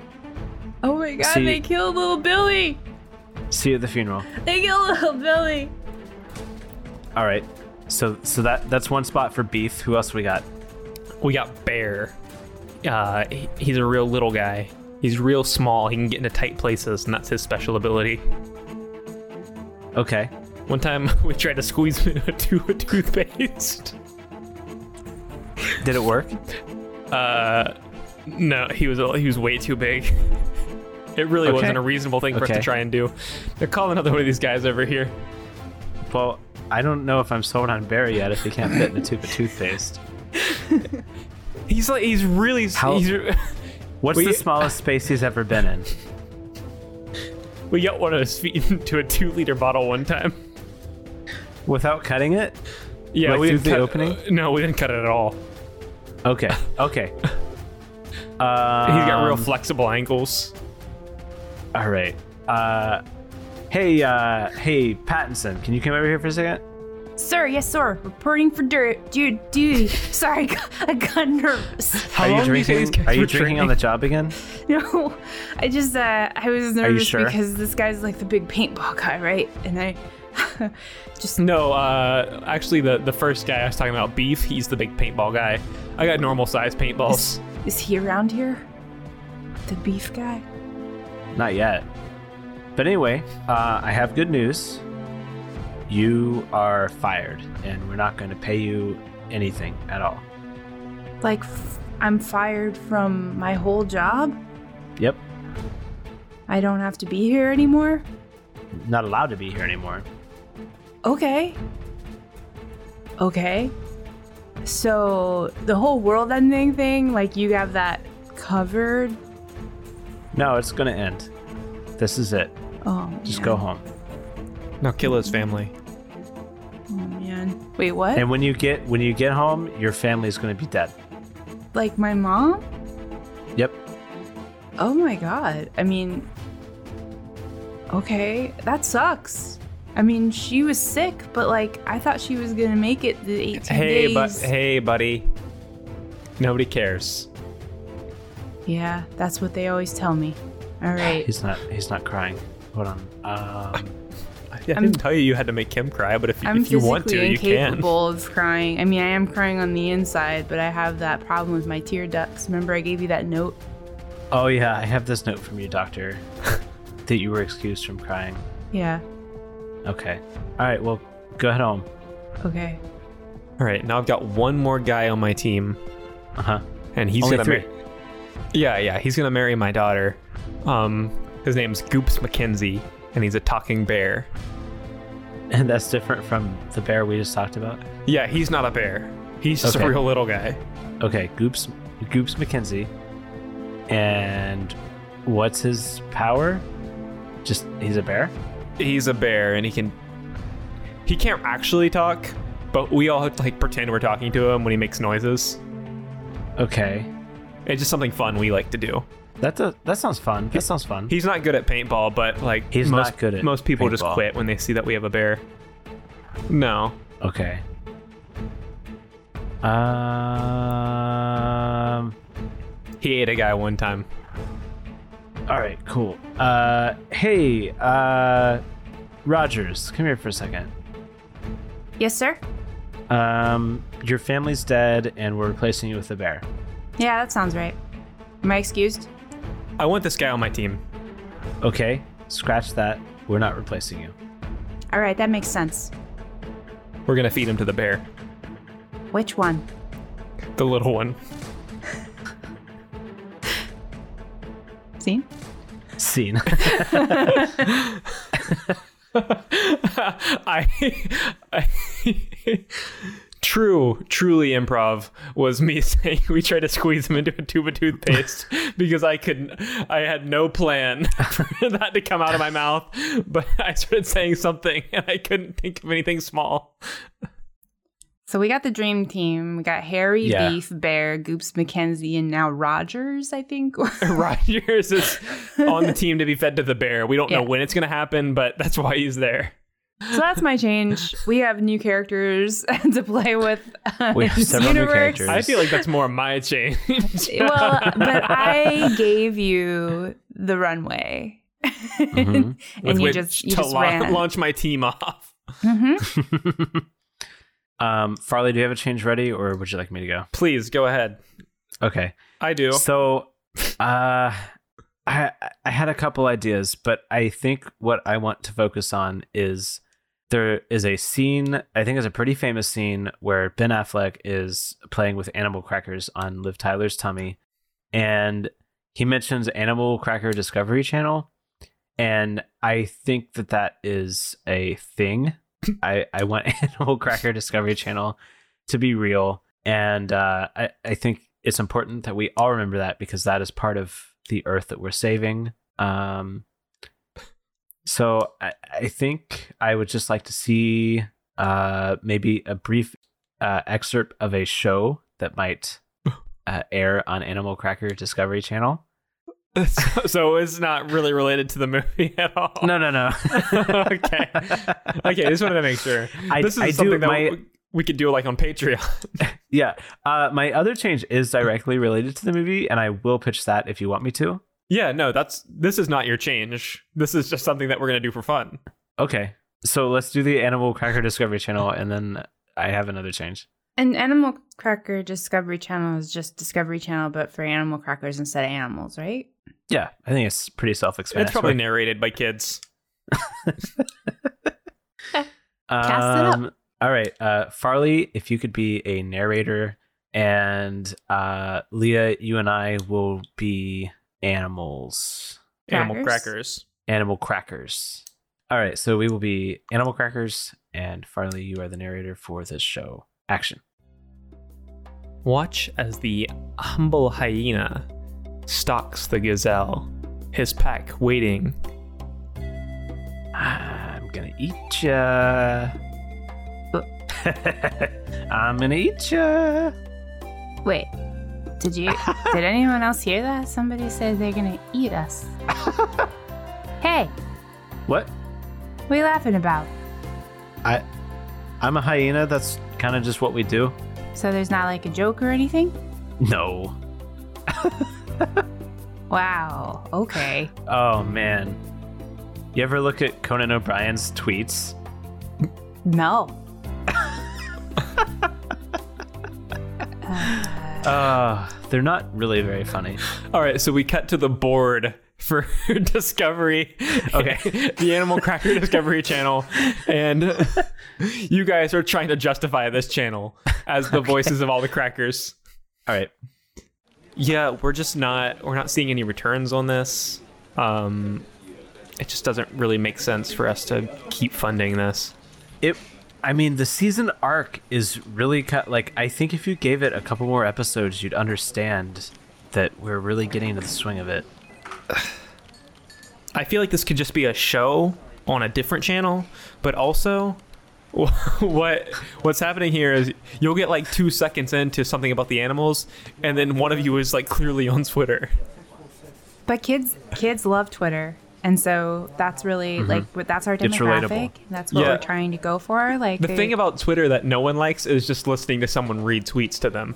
Oh my god,
See-
they killed little Billy!
see you at the funeral.
They killed little Billy!
All right, so so that that's one spot for beef. Who else we got?
We got Bear. Uh, he- he's a real little guy. He's real small. He can get into tight places, and that's his special ability.
Okay,
One time, <laughs> we tried to squeeze him into a toothpaste. <laughs>
did it work?
Uh, no, he was he was way too big. <laughs> It really
Okay.
wasn't a reasonable thing for us to
Okay.
try and do. They're calling another one of these guys over here.
well, I don't know if I'm sold on Barry yet. If he can't fit in a tube of toothpaste,
He's like he's really s-
How-
he's, <laughs>
what's
We-
the smallest space he's ever been in?
we got one of his feet <laughs> into a two liter bottle one time.
Without cutting it?
Yeah,
Like
we
through
didn't
the
cut,
opening?
uh, no, we didn't cut it at all.
Okay. Okay. um, He's
<laughs> He's got
Um,
real flexible ankles.
All right. Uh, hey, uh, hey, Pattinson, can you come over here for a second?
Sir, yes, sir. Reporting for dirt. Dude, dude. Sorry, <laughs> I got- I got nervous.
How
are
long
you
do
drinking?
think these guys
are you
were
drinking on the job again?
<laughs> No, I just uh, I was nervous
sure?
because this guy's like the big paintball guy, right? And I <laughs> just
No, uh, actually, the the first guy I was talking about, Beef, he's the big paintball guy. I got normal
<laughs>
size paintballs.
is he around here? The beef guy.
Not yet. But anyway, uh, I have good news. You are fired, and we're not going to pay you anything at all.
Like f- I'm fired from my whole job.
Yep,
I don't have to be here anymore.
not allowed to be here anymore.
Okay. Okay. So the whole world ending thing, like you have that covered.
No, it's going to end. This is it.
Oh,
Just
man.
go home.
Now kill his family.
Oh man. Wait, what?
And when you get when you get home, your family is going to be dead.
like my mom?
Yep.
Oh my god. I mean, okay, that sucks. I mean, she was sick, but like, I thought she was gonna make it the 18
Hey,
days.
but hey, buddy. Nobody cares.
Yeah, that's what they always tell me. All right.
He's not he's not crying. Hold on. Um,
I didn't tell you you had to make him cry, but if,
I'm
<sighs> if you want to,
physically
you can.
incapable of crying. I mean, I am crying on the inside, but I have that problem with my tear ducts. Remember, I gave you that note.
oh yeah, I have this note from you, doctor, <laughs> that you were excused from crying.
Yeah.
Okay. All right. Well, go ahead home.
Okay.
All right, now I've got one more guy on my team,
Uh huh.
and he's
Only
gonna
three.
marry. Yeah, yeah, he's gonna marry my daughter. Um, his name's Goops McKenzie, and he's a talking bear.
And <laughs> that's different from the bear we just talked about.
Yeah, he's not a bear. He's just
Okay.
a real little guy.
Okay, Goops Goops McKenzie. And what's his power? Just he's a bear?
He's a bear, and he can. He can't actually talk, but we all like pretend we're talking to him when he makes noises.
Okay.
It's just something fun we like to do.
That's a, that sounds fun. That sounds fun.
He's not good at paintball, but like
He's
most,
not good at
most people just
paintball.
quit when they see that we have a bear. No,
Okay. Um
he ate a guy one time.
all right, cool. Uh hey, uh Rogers, come here for a second.
Yes, sir?
Um your family's dead and we're replacing you with a bear.
Yeah, that sounds right. Am I excused?
I want this guy on my team.
Okay, scratch that. We're not replacing you. <laughs>
All right, that makes sense.
We're gonna feed him to the bear,
Which one?
the little one.
Scene?
Scene. <laughs>
<laughs> I, I true, truly improv was me <laughs> saying we tried to squeeze him into a tube of toothpaste
<laughs>
because I couldn't. I had no plan <laughs> for that to come out of my mouth, but <laughs> I started saying something and I couldn't think of anything small.
<laughs> So we got the dream team. We got Harry,
Yeah.
Beef, Bear, Goops, McKenzie, and now Rogers, I think. <laughs>
<laughs> Rogers is on the team to be fed to the bear. We don't know
Yeah.
when it's gonna happen, but that's why he's there.
so that's my change. We have new characters <laughs> to play with. uh,
We have
in this
several new
universe.
characters.
I feel like that's more my change.
<laughs>
<laughs>
Well, but I gave you the runway. <laughs>
Mhm.
and you
which
just, you
to
just
la-
ran.
launch my team off.
Mhm.
Um, Farley, do you have a change ready, or would you like me to go?
Please go ahead.
Okay.
I do.
So, uh, I I had a couple ideas, but I think what I want to focus on is there is a scene. I think it's a pretty famous scene where Ben Affleck is playing with animal crackers on Liv Tyler's tummy, and he mentions Animal Cracker Discovery Channel, and I think that that is a thing. I I want <laughs> Animal Cracker Discovery Channel to be real. And uh, I, I think it's important that we all remember that because that is part of the earth that we're saving. Um, so I, I think I would just like to see uh, maybe a brief uh, excerpt of a show that might uh, air on Animal Cracker Discovery Channel.
so, <laughs> so it's not really related to the movie <laughs> at all.
No, no, no.
okay. Okay, just wanted to make sure.
<laughs> I-
this is
I do-
something that
my-
w- we could do like on Patreon. <laughs>
Yeah. Uh, my other change is directly related to the movie, and I will pitch that if you want me to.
yeah, no, that's this is not your change. This is just something that we're gonna do for fun.
Okay. So let's do the Animal Cracker Discovery Channel, and then I have another change.
An Animal Cracker Discovery Channel is just Discovery Channel, but for animal crackers instead of animals, right?
Yeah, I think it's pretty self-explanatory.
It's probably narrated by kids.
Cast it up.
Um, All right, uh, Farley, if you could be a narrator, and uh, Leah, you and I will be animals,
Animal crackers.
animal crackers. All right, so we will be animal crackers, and Farley, you are the narrator for this show. Action.
Watch as the humble hyena stalks the gazelle, his pack waiting.
I'm gonna eat ya. <laughs> I'm gonna eat ya.
Wait,
<laughs>
did you? did anyone else hear that? Somebody said they're gonna eat us. hey,
What?
what are you laughing about?
I, I'm a hyena. That's kind of just what we do.
So there's not like a joke or anything?
No.
Wow. Okay.
Oh man. You ever look at Conan O'Brien's tweets?
No.
Uh, they're not really very funny.
All right, so we cut to the board for <laughs> Discovery.
Okay.
<laughs> the Animal Cracker Discovery Channel, and <laughs> you guys are trying to justify this channel as <laughs> the voices of all the crackers.
All right.
Yeah, we're just not we're not seeing any returns on this. Um, it just doesn't really make sense for us to keep funding this.
It I mean, the season arc is really cut like I think if you gave it a couple more episodes, you'd understand that we're really getting into the swing of it.
I feel like this could just be a show on a different channel, but also <laughs> what what's happening here is you'll get like 2 seconds into something about the animals and then one of you is like clearly on Twitter.
But kids, kids love Twitter, and so that's really like what that's our
It's relatable.
demographic. That's what
Mm-hmm. Yeah.
we're trying to go for. Like
The
they-
thing about Twitter that no one likes is just listening to someone read tweets to them.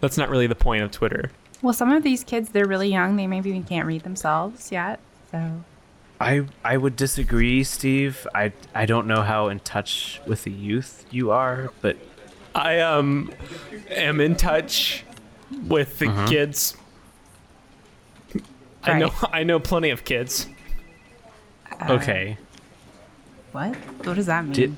That's not really the point of Twitter.
well, some of these kids they're really young. They maybe even can't read themselves yet. So
I I would disagree, Steve. I I don't know how in touch with the youth you are, but
I um am in touch with the kids. I know I know plenty of kids.
okay.
what? What does that mean?
Did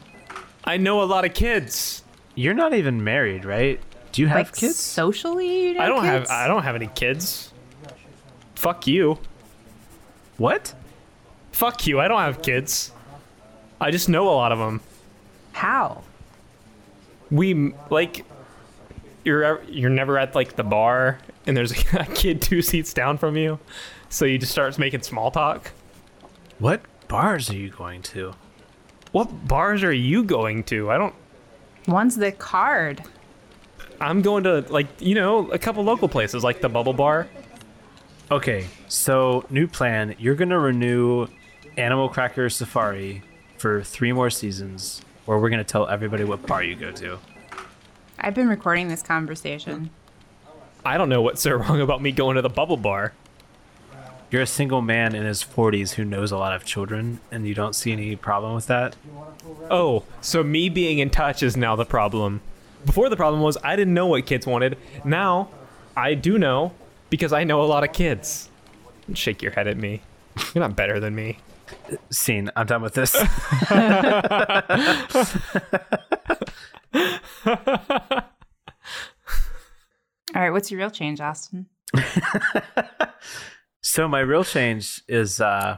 I know a lot of kids.
you're not even married, right? Do you have
like
kids?
socially, you know,
I don't
kids?
have I don't have any kids. Fuck you.
what?
Fuck you. I don't have kids. I just know a lot of them.
How?
We like you're ev- you're never at like the bar and there's <laughs> a kid two seats down from you. So you just start making small talk.
What bars are you going to?
What bars are you going to? I don't
One's the card.
I'm going to like, you know, a couple local places like the Bubble Bar.
Okay, so new plan. You're gonna renew Animal Cracker Safari for three more seasons, or we're gonna tell everybody what bar you go to.
I've been recording this conversation.
I don't know what's so <laughs> wrong about me going to the Bubble Bar.
You're a single man in his 40s who knows a lot of children, and you don't see any problem with that.
Oh, so me being in touch is now the problem. Before the problem was I didn't know what kids wanted. Now I do know because I know a lot of kids. Shake your head at me. You're not better than <laughs> me.
Scene. I'm done with this. <laughs>
All right, what's your real change, Austin?
so my real change is uh,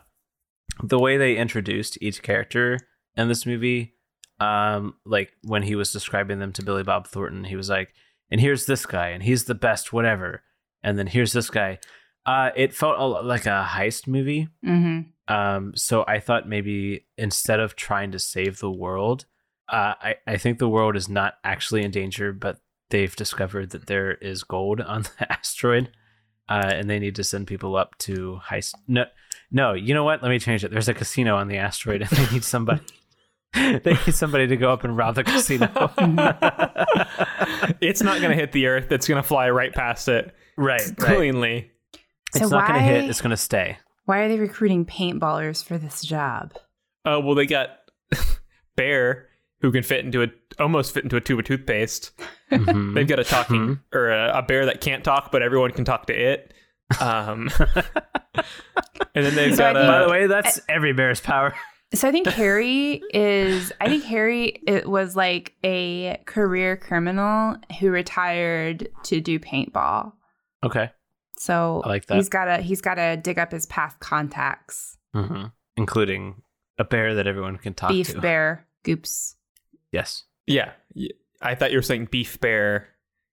the way they introduced each character in this movie. Um, like when he was describing them to Billy Bob Thornton, he was like, "And here's this guy, and he's the best, whatever." And then here's this guy. Uh, it felt a, lot like a heist movie.
Mm-hmm.
Um, so I thought maybe instead of trying to save the world, uh, I, I think the world is not actually in danger, but they've discovered that there is gold <laughs> on the asteroid, uh, and they need to send people up to heist. No, no, you know what? Let me change it. There's a casino on the asteroid, and they need somebody. <laughs> they need somebody to go up and rob the
<laughs>
casino.
it's not going to hit the Earth. It's going to fly right past it
right, right.
cleanly.
It's
So
not going to hit.
why-
It's going to
<laughs>
stay.
Why are they recruiting paintballers for this job?
Oh well, they got <laughs> Bear who can fit into a almost fit into a tube of toothpaste.
Mhm.
They've got a talking or a, a bear that can't talk, but everyone can talk to it. Um, and then they've
So I
got
think-
a.
By the way, that's every bear's power. <laughs>
So I think Harry is. I think Harry it was like a career criminal who retired to do paintball.
Okay.
So
I like that.
he's gotta he's gotta dig up his past contacts.
hmm Including a bear that everyone can talk
Beef
to.
bear goops.
Yes.
Yeah, y- I thought you were saying Beef Bear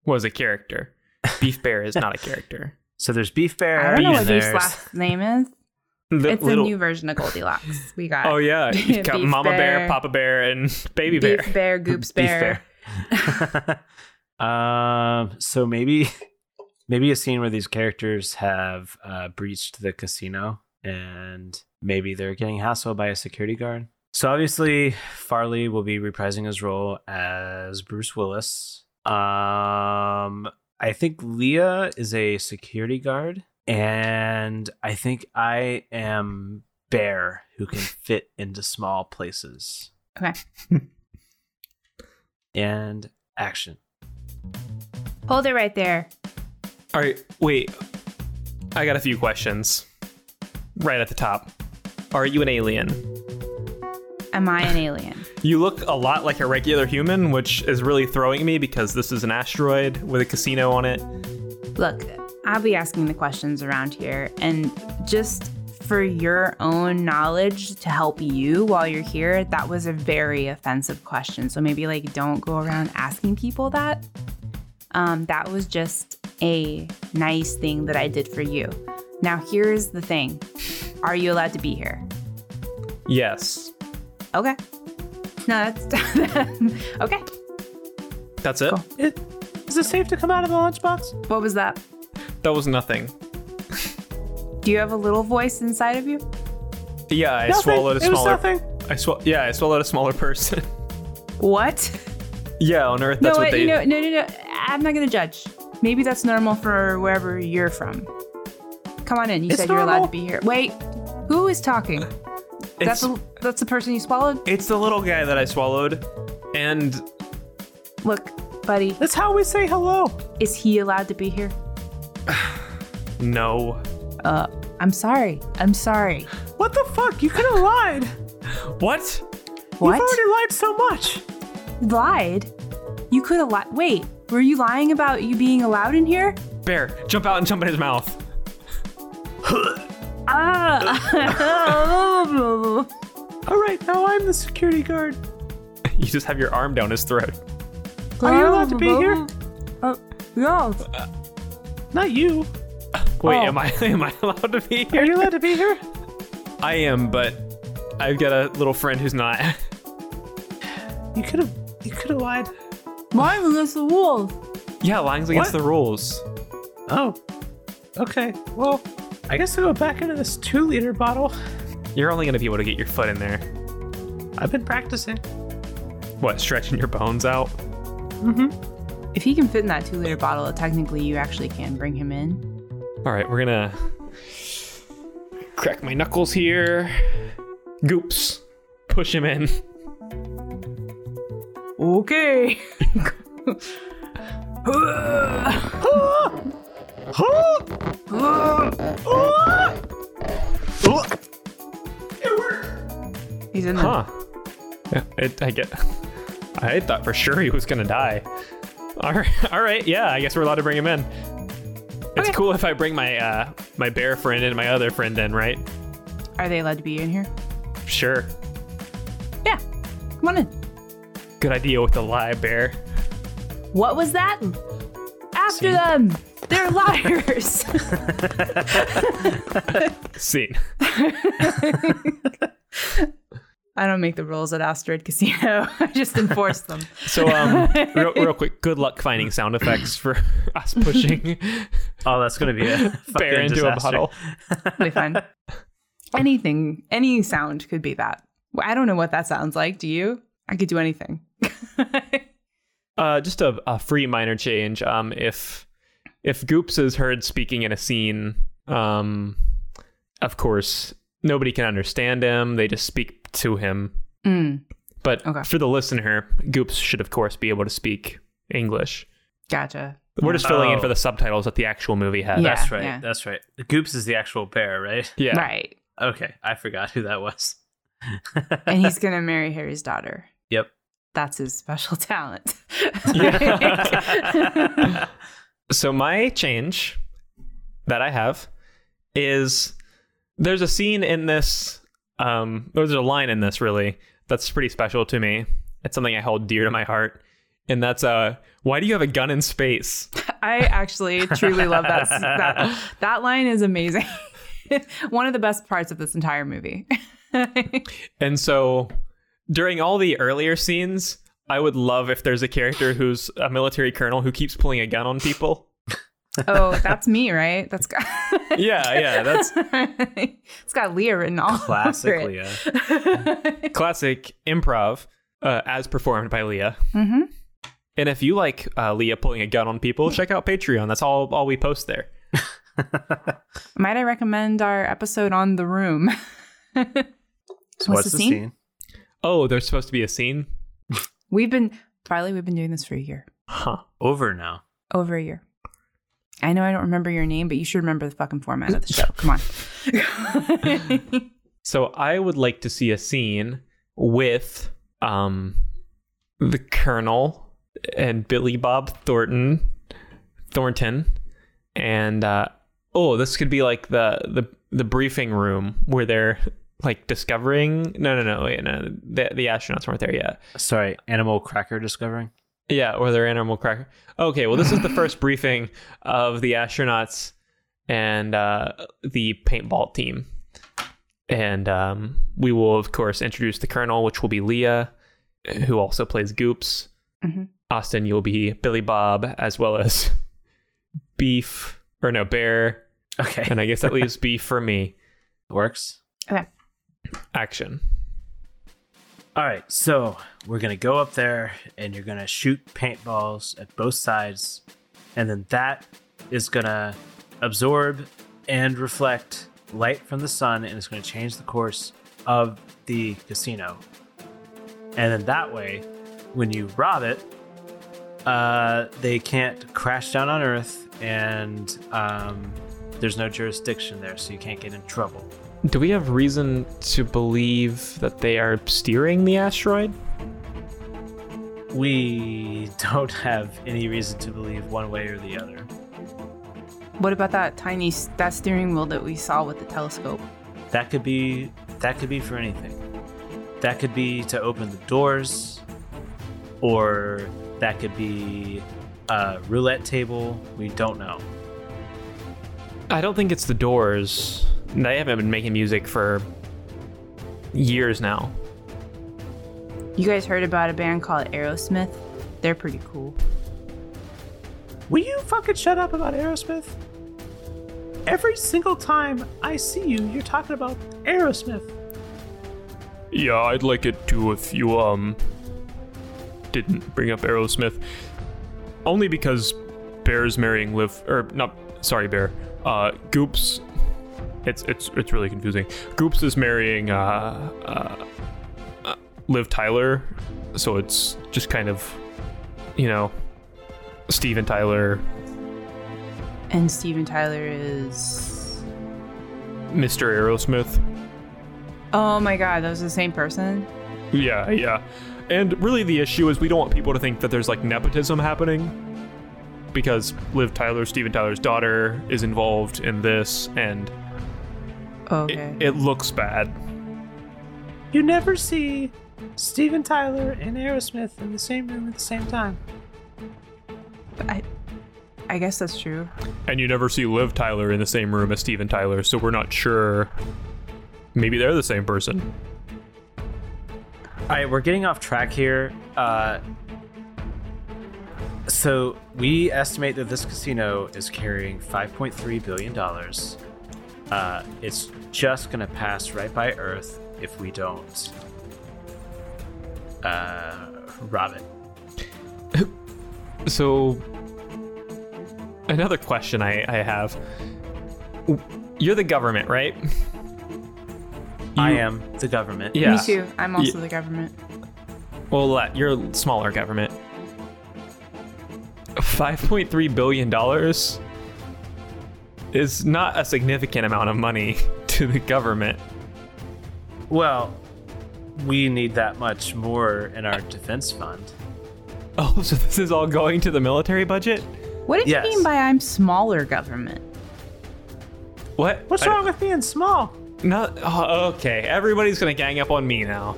was a character. Beef Bear is not a character.
So there's beef bear.
I don't know
and
what Beef's
there's-
last name is.
Li-
It's
little-
a new version of Goldilocks. We got
Oh
<laughs>
yeah, you
Beef
got Mama bear.
Bear.
Papa Bear, and Baby
beef
Bear.
bear, goops
Beef
bear.
bear. um. So maybe, <laughs> maybe a scene where these characters have uh, breached the casino, and maybe they're getting hassled by a security guard. So obviously, Farley will be reprising his role as Bruce Willis. Um. I think Leah is a security guard, and I think I am Bear, who can fit into small places.
Okay.
and action.
Hold it right there.
All right, wait. I got a few questions. Right at the top, are you an alien?
Am I an alien?
You look a lot like a regular human, which is really throwing me because this is an asteroid with a casino on it.
Look, I'll be asking the questions around here, and just for your own knowledge to help you while you're here, that was a very offensive question. So maybe like don't go around asking people that. Um, that was just a nice thing that I did for you. Now here's the thing: Are you allowed to be here?
Yes,
Okay. No, that's <laughs> okay.
that's it.
Cool.
Is it safe to come out of the lunchbox?
What was that?
That was nothing.
Do you have a little voice inside of you?
Yeah, I swallowed a
It was
smaller.
nothing.
I sw- Yeah, I swallowed a smaller person. <laughs>
What? <laughs>
yeah, on Earth, that's
no, wait,
what they.
you know, no, no, no. I'm not gonna judge. Maybe that's normal for wherever you're from. Come on in. You
It's
said you're allowed
normal.
to be here. Wait, who is talking? That's
it's,
the, that's the person you swallowed.
it's the little guy that I swallowed, and
Look, buddy,
That's how we say hello.
is he allowed to be here?
no.
Uh, I'm sorry. I'm sorry.
What the fuck? You could have lied.
What?
You've
What?
already lied so much.
lied? You could have lied. Wait, were you lying about you being allowed in here?
Bear, jump out and jump in his mouth. <laughs>
<laughs>
<laughs> Ah.
All right, now I'm the security guard.
You just have your arm down his throat.
Are you allowed to be here?
Uh, no.
Not you.
Wait,
Oh.
am I am I allowed to be
Are
here?
you allowed to
<laughs>
be here?
I am, but I've got a little friend who's not. <laughs>
You could have. You could have lied.
Mine was the wolf.
yeah, lying's against
What?
the rules.
Oh. Okay. Well, I guess I'll go back into this two-liter bottle.
You're only gonna be able to get your foot in there.
I've been practicing.
What, stretching your bones out?
If he can fit in that two liter bottle, technically you actually can bring him in.
Alright, we're gonna crack my knuckles here. Goops. Push him in.
Okay. <laughs> He's in the
Huh. Yeah, It, I get I thought for sure he was gonna die. <laughs> Alright alright, yeah, I guess we're allowed to bring him in. It's
Okay.
cool if I bring my uh my bear friend and my other friend in, right?
Are they allowed to be in here?
Sure.
Yeah. Come on in.
Good idea with the lie bear.
What was that? After them! They're <laughs> liars!
<laughs>
Scene.
I don't make the rules at Asteroid Casino. <laughs> I just enforce them.
So, um, real, real quick, good luck finding sound effects for <laughs> us pushing
Oh, that's gonna be a
<laughs>
fucking
Bear into a
disaster.
puddle.
It'll be <laughs> fun. Anything, any sound could be that. Well, I don't know what that sounds like. Do you? I could do anything. <laughs>
Uh, just a, a free minor change. Um, if if Goops is heard speaking in a scene, um, of course nobody can understand him. They just speak to him.
Mm,
But
Okay.
for the listener, Goops should of course be able to speak English.
gotcha.
We're just filling in
Oh.
for the subtitles that the actual movie had.
Yeah.
That's right. That's right. Goops is the actual bear, right?
Yeah.
Right.
Okay, I forgot who that was.
And he's going to marry Harry's daughter.
Yep.
<laughs>
<laughs>
That's his special talent.
Yeah. So my change that I have is there's a scene in this um or there's a line in this really that's pretty special to me. It's something I hold dear to my heart. And that's uh why do you have a gun in space?
<laughs> I actually truly love that. That, that line is amazing. <laughs> One of the best parts of this entire
<laughs>
movie.
And so during all the earlier scenes, I would love if there's a character who's a military colonel who keeps pulling a gun on people.
oh, that's me, right? That's got,
Yeah,
<laughs>
yeah, that's
it's got Leah written all
Classic
over it.
Leah.
<laughs>
classic improv uh, as performed by Leah.
Mhm.
And if you like uh, Leah pulling a gun on people, check out Patreon. That's all all we post there.
Might I recommend our episode on the room? <laughs>
So
What's
what's, the
the scene?
scene?
Oh, there's supposed to be a scene.
We've been Riley, we've been doing this for a year.
Huh.
Over now.
Over a year. I know I don't remember your name, but you should remember the fucking format of the show. Come on. <laughs>
So I would like to see a scene with um the Colonel and Billy Bob Thornton Thornton and uh oh this could be like the the the briefing room where they're like discovering no no no wait no the, the astronauts weren't there yet
Sorry, animal cracker discovering.
Yeah, or their animal cracker. Okay, well, this is the first briefing of the astronauts and uh, the paintball team. And um, we will, of course, introduce the colonel, which will be Leah, who also plays Goops.
Mhm.
Austin, you'll be Billy Bob, as well as <laughs> Beef, or no, Bear.
Okay,
And I guess that leaves Beef for me.
works.
okay.
Action.
All right, so we're gonna go up there, and you're gonna shoot paintballs at both sides, and then that is gonna absorb and reflect light from the sun, and it's gonna change the course of the casino. And then that way, when you rob it, uh, they can't crash down on Earth, and um, there's no jurisdiction there, so you can't get in trouble.
Do we have reason to believe that they are steering the asteroid?
We <laughs> don't have any reason to believe one way or the other.
What about that tiny s- that steering wheel that we saw with the telescope?
That could be that could be for anything. That could be to open the doors, or that could be a roulette table. We don't know.
I don't think it's the Doors. They haven't been making music for years now.
You guys heard about a band called Aerosmith? They're pretty cool.
Will you fucking shut up about Aerosmith? Every single time I see you, you're talking about Aerosmith.
Yeah, I'd like it too if you um didn't bring up Aerosmith. Only because Bear's marrying Liv or not sorry, Bear. Uh Goops it's it's it's really confusing. Goops is marrying uh, uh, uh Liv Tyler, so it's just kind of you know Steven Tyler,
And Steven Tyler is
Mr. Aerosmith.
Oh my god, that was the same person?
Yeah, yeah. And really, the issue is we don't want people to think that there's like nepotism happening because Liv Tyler, Steven Tyler's daughter, is involved in this and it,
Okay.
it looks bad.
You never see Steven Tyler and Aerosmith in the same room at the same time.
I I guess that's true.
And you never see Liv Tyler in the same room as Steven Tyler, so we're not sure. Maybe they're the same person.
All right, we're getting off track here. Uh, so we estimate that this casino is carrying 5.3 billion dollars. Uh, it's just gonna pass right by Earth if we don't uh, rob it.
So, another question I, I have. W- You're the government, right?
I
You-
am the government.
Yeah.
Me too. I'm also
Yeah.
the government.
Well, uh, you're a smaller government. $5.3 billion is not a significant amount of money <laughs> to the government.
Well, we need that much more in our defense fund.
Oh, so this is all going to the military budget?
What did
Yes.
you mean by I'm smaller government?
What?
What's
I-
wrong with being small?
No. Oh, okay. Everybody's gonna gang up on me now.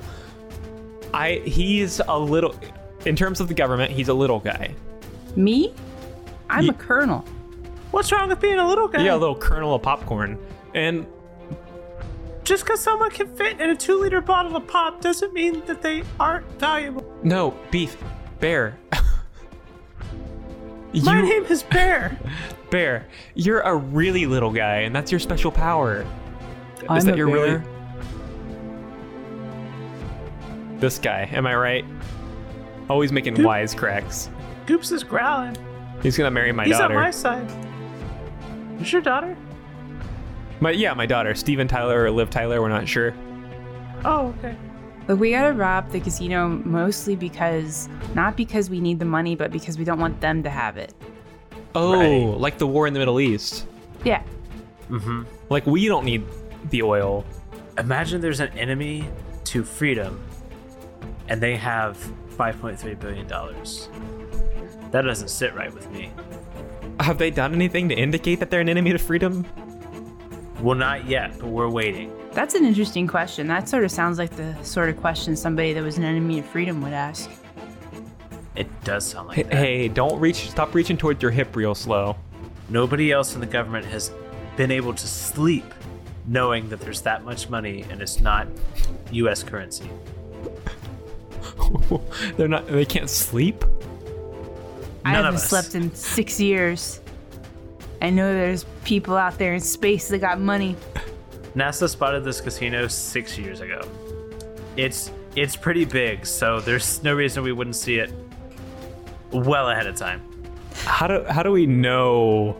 I. He's a little. In terms of the government, he's a little guy.
Me? I'm
Ye-
a colonel.
What's wrong with being a little guy?
Yeah, a little kernel of popcorn. And
Just because someone can fit in a two liter bottle of pop doesn't mean that they aren't valuable.
no beef, bear. <laughs> you
My name is <laughs> Bear.
bear. You're a really little guy, and that's your special power.
I'm
is that
a
your really?
bear.
This guy. Am I right? Always making wisecracks.
Goops is growling.
He's gonna marry my
He's
daughter.
on my side. Is your daughter?
My yeah, my daughter, Steven Tyler or Liv Tyler, we're not sure.
Oh, okay.
But we gotta rob the casino mostly because, not because we need the money, but because we don't want them to have it.
Oh,
Right.
like the war in the Middle East.
Yeah.
Like we don't need the oil.
Imagine there's an enemy to freedom and they have $5.3 billion. That doesn't sit right with me.
Have they done anything to indicate that they're an enemy to freedom?
Well, not yet, but we're waiting.
That's an interesting question. That sort of sounds like the sort of question somebody that was an enemy of freedom would ask.
It does sound
Hey,
like that.
hey, don't reach stop reaching towards your hip real slow.
Nobody else in the government has been able to sleep knowing that there's that much money and it's not US currency.
they're not they can't sleep?
I
None of
haven't
us.
slept in six years. I know there's people out there in space that got money.
NASA spotted this casino six years ago. It's it's pretty big, so there's no reason we wouldn't see it well ahead of time.
How do how do we know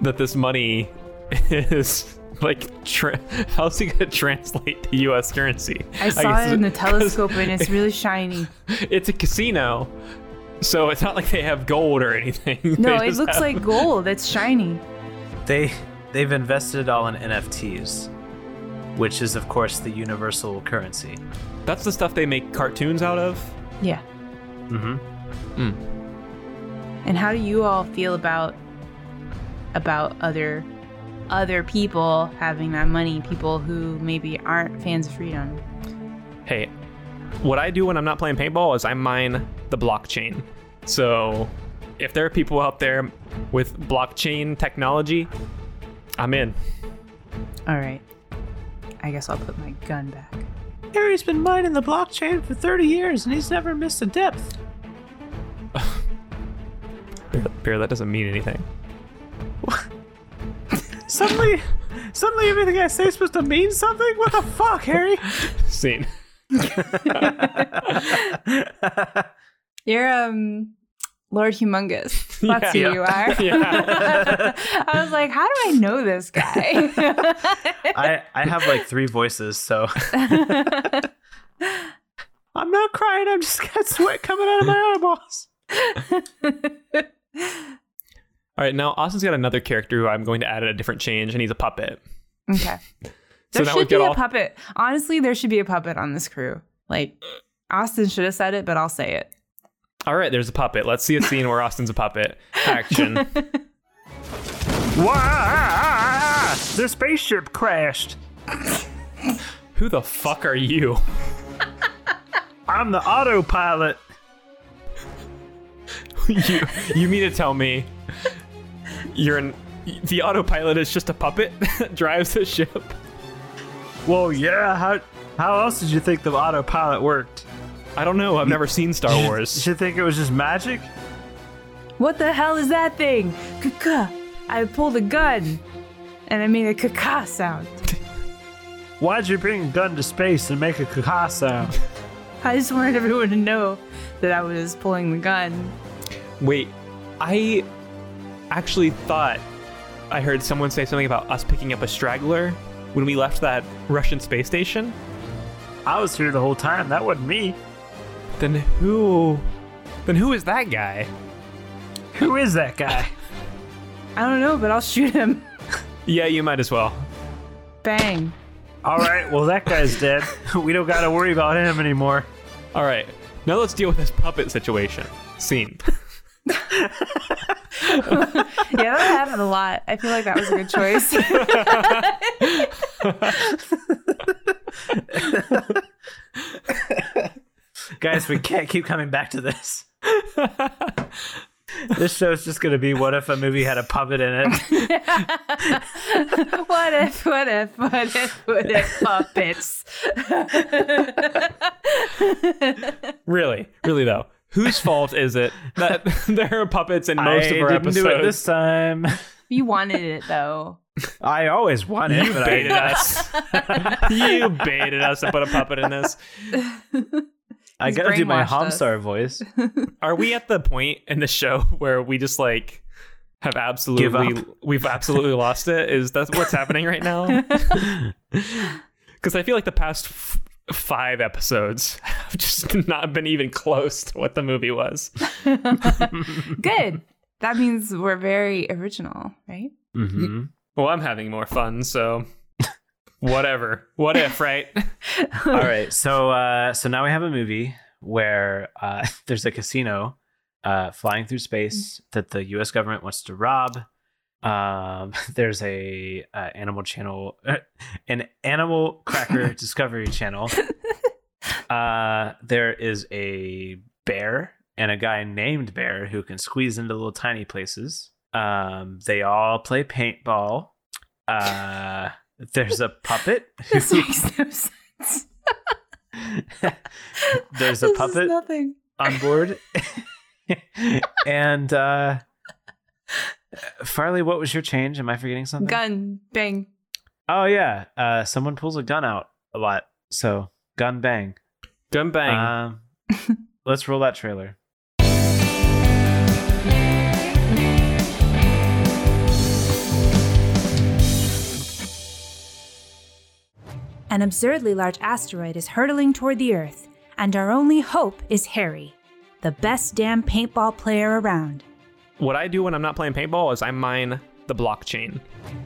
that this money <laughs> is like tra- how's it gonna translate to U.S. currency?
I saw
guess-
it in
<laughs>
the
'cause
telescope and it's really shiny.
It's a casino, so it's not like they have gold or anything. <laughs>
No,
They
it
just
looks
have-
like gold. It's shiny.
They they've invested it all in NFTs, which is of course the universal currency.
That's the stuff they make cartoons out of.
Yeah.
Mm-hmm.
And how do you all feel about about other other people having that money? People who maybe aren't fans of freedom.
Hey, what I do when I'm not playing paintball is I mine the blockchain. So, if there are people out there with blockchain technology, I'm in.
All right. I guess I'll put my gun back.
Harry's been mining the blockchain for 30 years and he's never missed a depth.
Bear, that doesn't mean anything.
Suddenly suddenly everything I say is supposed to mean something? What the fuck, Harry?
Scene.
You're um Lord
<laughs>
Humongous. That's
Yeah.
who you are.
<laughs> Yeah.
<laughs> I was like, how do I know this
<laughs>
guy?
<laughs>
<laughs>
I, I have like three voices, <laughs> so I'm not crying, I'm just got sweat coming out of my eyeballs.
All right, now Austin's got another character who I'm going to add a different change, and he's a puppet.
okay.
So
There
now we've
should be
got
a
all.
puppet. Honestly, there should be a puppet on this crew. Like Austin should have said it, but I'll say it.
all right, there's a puppet. Let's see a scene where <laughs> Austin's a puppet. <laughs> Action.
The spaceship crashed.
who the fuck are you? <laughs>
I'm the autopilot.
you you mean to tell me you're an the <laughs> autopilot is just a puppet that drives the ship
Well, yeah, how, How else did you think the autopilot worked?
I don't know. I've never seen Star
You
Wars.
should think it was just magic?
What the hell is that thing? Kaka. I pulled a gun and I made a kaka sound. <laughs>
Why'd you bring a gun to space and make a caca sound?
I just wanted everyone to know that I was pulling the gun.
Wait, I actually thought I heard someone say something about us picking up a straggler when we left that Russian space station.
I was here the whole time. That wasn't me.
Then who? Then who is that guy?
Who is that guy?
I don't know, but I'll shoot him. <laughs>
Yeah, you might as well.
Bang.
All right, well, that guy's dead. <laughs> We don't got to worry about him anymore.
All right, now let's deal with this puppet situation. <laughs> Scene.
Yeah, that happened a lot. I feel like that was a good choice. <laughs>
Guys, we can't keep coming back to this. <laughs> this show's just going to be what if a movie had a puppet in <laughs> it?
what if, what if, what if, what if <laughs> puppets?
Really, really though, whose fault is it that <laughs> there are puppets in most
I
of our
didn't
episodes?
do it this time.
You wanted it though.
I always won it, but
baited
I,
us. <laughs> you baited us to put a puppet in this.
I
He's
got to do my
brainwashed us.
Homstar <laughs> voice.
Are we at the point in the show <laughs> where we just like have absolutely
up.
we've absolutely lost it? Is that what's happening right now? Because I feel like the past f- five episodes <laughs> have just not been even close to what the movie was.
Good. That means we're very original, right? <laughs>
Mm-hmm.
Well, I'm having more fun, so <laughs> whatever. What if, right?
All right, so uh, so now we have a movie where uh, <laughs> there's a casino uh, flying through space that the U.S. government wants to rob. Um, <laughs> there's a uh, Animal Channel, <laughs> an Animal Cracker Discovery Channel. Uh, there is a bear and a guy named Bear who can squeeze into little tiny places. Um, they all play paintball. Uh, there's a puppet. who-
This makes no sense.
<laughs> there's a
This is
puppet
nothing.
on board. <laughs> and uh Farley, what was your change? Am I forgetting something?
Gun. Bang.
Oh yeah. Uh someone pulls a gun out a lot. So gun bang.
Gun bang.
Um
<laughs>
let's roll that trailer.
An absurdly large asteroid is hurtling toward the Earth, and our only hope is Harry, the best damn paintball player around.
what I do when I'm not playing paintball is I mine the blockchain.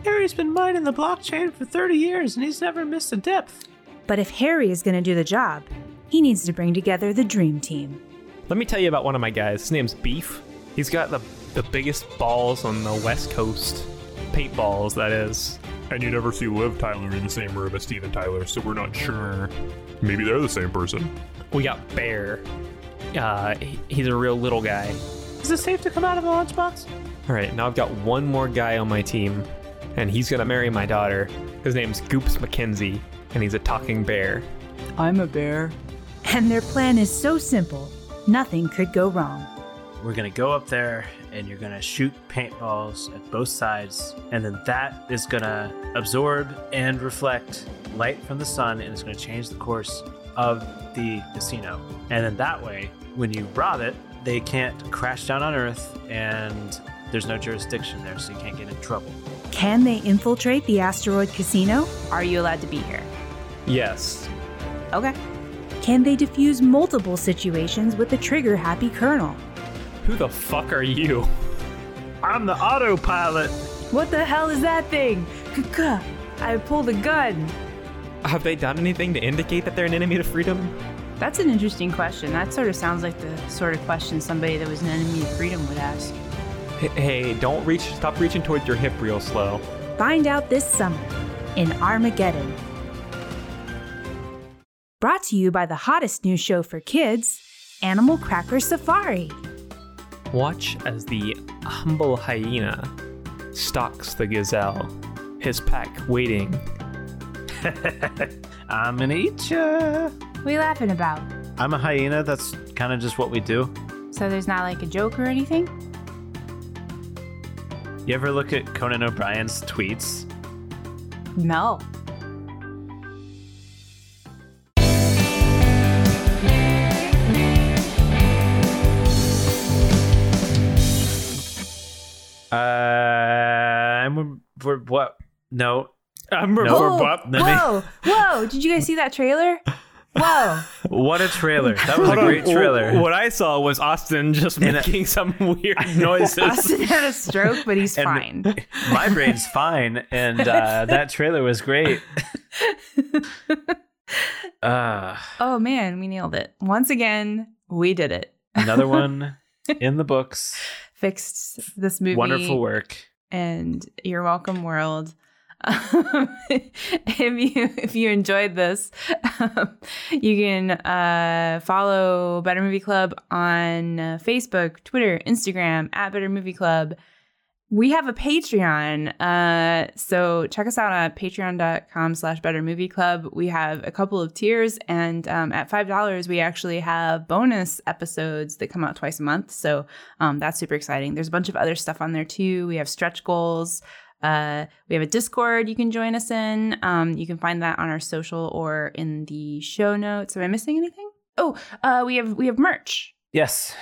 Harry's been mining the blockchain for 30 years and he's never missed a depth.
But if Harry is going to do the job, he needs to bring together the dream team.
Let me tell you about one of my guys. His name's Beef. He's got the the biggest balls on the West Coast. Paintballs, that is.
And you never see Liv Tyler in the same room as Steven Tyler, so we're not sure. Maybe they're the same person.
We got Bear. Uh, he- he's a real little guy.
Is it safe to come out of the lunchbox?
All right, now I've got one more guy on my team, and he's gonna marry my daughter. His name's Goops McKenzie, and he's a talking bear.
I'm a bear.
And their plan is so simple nothing could go wrong.
We're gonna go up there and you're gonna shoot paintballs at both sides, and then that is gonna absorb and reflect light from the sun and it's gonna change the course of the casino. And then that way, when you rob it, they can't crash down on Earth and there's no jurisdiction there, so you can't get in trouble.
Can they infiltrate the asteroid casino?
Are you allowed to be here?
Yes.
Okay.
Can they defuse multiple situations with the trigger happy colonel?
Who the fuck are you?
I'm the autopilot.
What the hell is that thing? Kaka. I pulled a gun.
<laughs> Have they done anything to indicate that they're an enemy to freedom?
That's an interesting question. That sort of sounds like the sort of question somebody that was an enemy of freedom would ask.
H- Hey, don't reach. Stop reaching towards your hip real slow.
Find out this summer in Armageddon. Brought to you by the hottest new show for kids, Animal Cracker Safari.
Watch as the humble hyena stalks the gazelle, his pack waiting
I'm gonna eat ya.
What are you laughing about?
I'm a hyena. That's kind of just what we do.
So there's not like a joke or anything?
You ever look at Conan O'Brien's tweets?
No.
Uh, and we're, we're what? No. I'm
Whoa,
Let me-
whoa, whoa. Did you guys see that trailer?
<laughs>
Whoa.
What a trailer! That was a great trailer.
What I saw was Austin just
And, uh,
making some
<laughs>
weird noises.
Austin had a stroke, but he's
And-
fine.
<laughs> My brain's fine, and uh, that trailer was great. uh,
Oh man, we nailed it. Once again, we did it.
another one in the books.
Fixed this movie.
Wonderful work.
and you're welcome world um, <laughs> if you if you enjoyed this um, you can uh, follow better movie club on uh, facebook twitter instagram at better movie club we have a patreon uh, so check us out at patreon.com slash better movie club we have a couple of tiers and um, at five dollars we actually have bonus episodes that come out twice a month so um, that's super exciting. There's a bunch of other stuff on there too. We have stretch goals. Uh, we have a Discord you can join us in. Um, you can find that on our social or in the show notes. Am I missing anything? Oh, uh, we have we have merch.
Yes.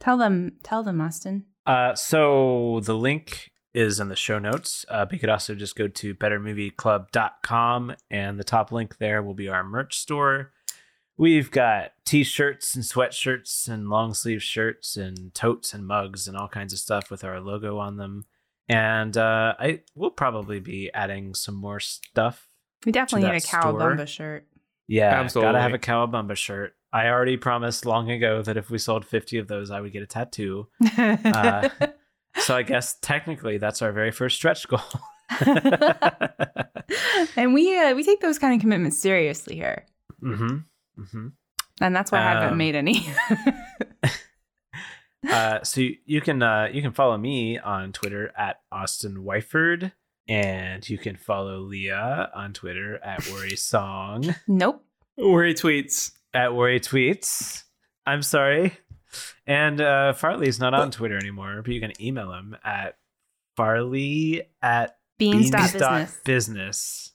Tell them, tell them, Austin.
Uh, so the link is in the show notes. Uh, but you could also just go to bettermovieclub.com, and the top link there will be our merch store. We've got t-shirts and sweatshirts and long sleeve shirts and totes and mugs and all kinds of stuff with our logo on them. And uh, I will probably be adding some more stuff.
We definitely need
that
a
store.
cowabunga shirt.
Yeah,
Absolutely.
gotta have a Cowabunga shirt. I already promised long ago that if we sold 50 of those, I would get a tattoo. Uh, So I guess technically that's our very first stretch goal.
<laughs> and we uh, we take those kind of commitments seriously here,
hmm hmm
and that's why I haven't
Um,
made any. <laughs>
Uh, so you, you can uh, you can follow me on Twitter at Austin Wyford, and you can follow Leah on Twitter at Worry Song <laughs>
nope.
Where he tweets.
at Worry Tweets. I'm sorry. And uh, Farley's not on Twitter anymore, but you can email him at farley at
Beans, dot
beans dot
business.
business.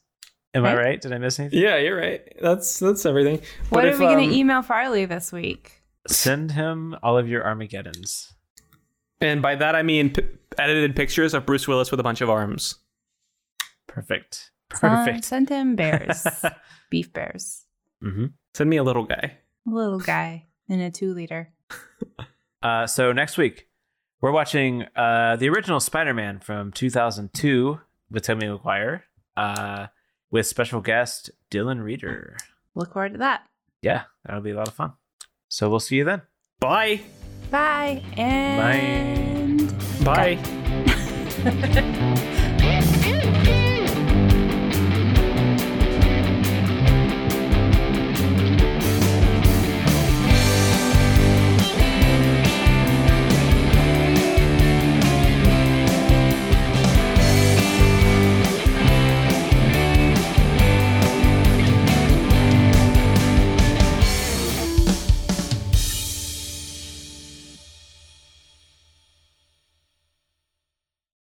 Am I
Right?
right? Did I miss anything?
Yeah, you're right. That's that's everything.
What
But
are
if,
we
um,
gonna e- email Farley this week?
Send him all of your Armageddons.
And by that I mean p- edited pictures of Bruce Willis with a bunch of arms.
Perfect.
Send-
Perfect.
Send him bears, beef bears,
hmm
Send me a little guy.
a little guy in a two liter.
Uh, so next week, we're watching uh, the original Spider-Man from 2002 with Tobey Maguire, uh, with special guest Dylan Reeder.
Look forward to that.
Yeah, that'll be a lot of fun. So we'll see you then.
Bye.
Bye and.
Bye.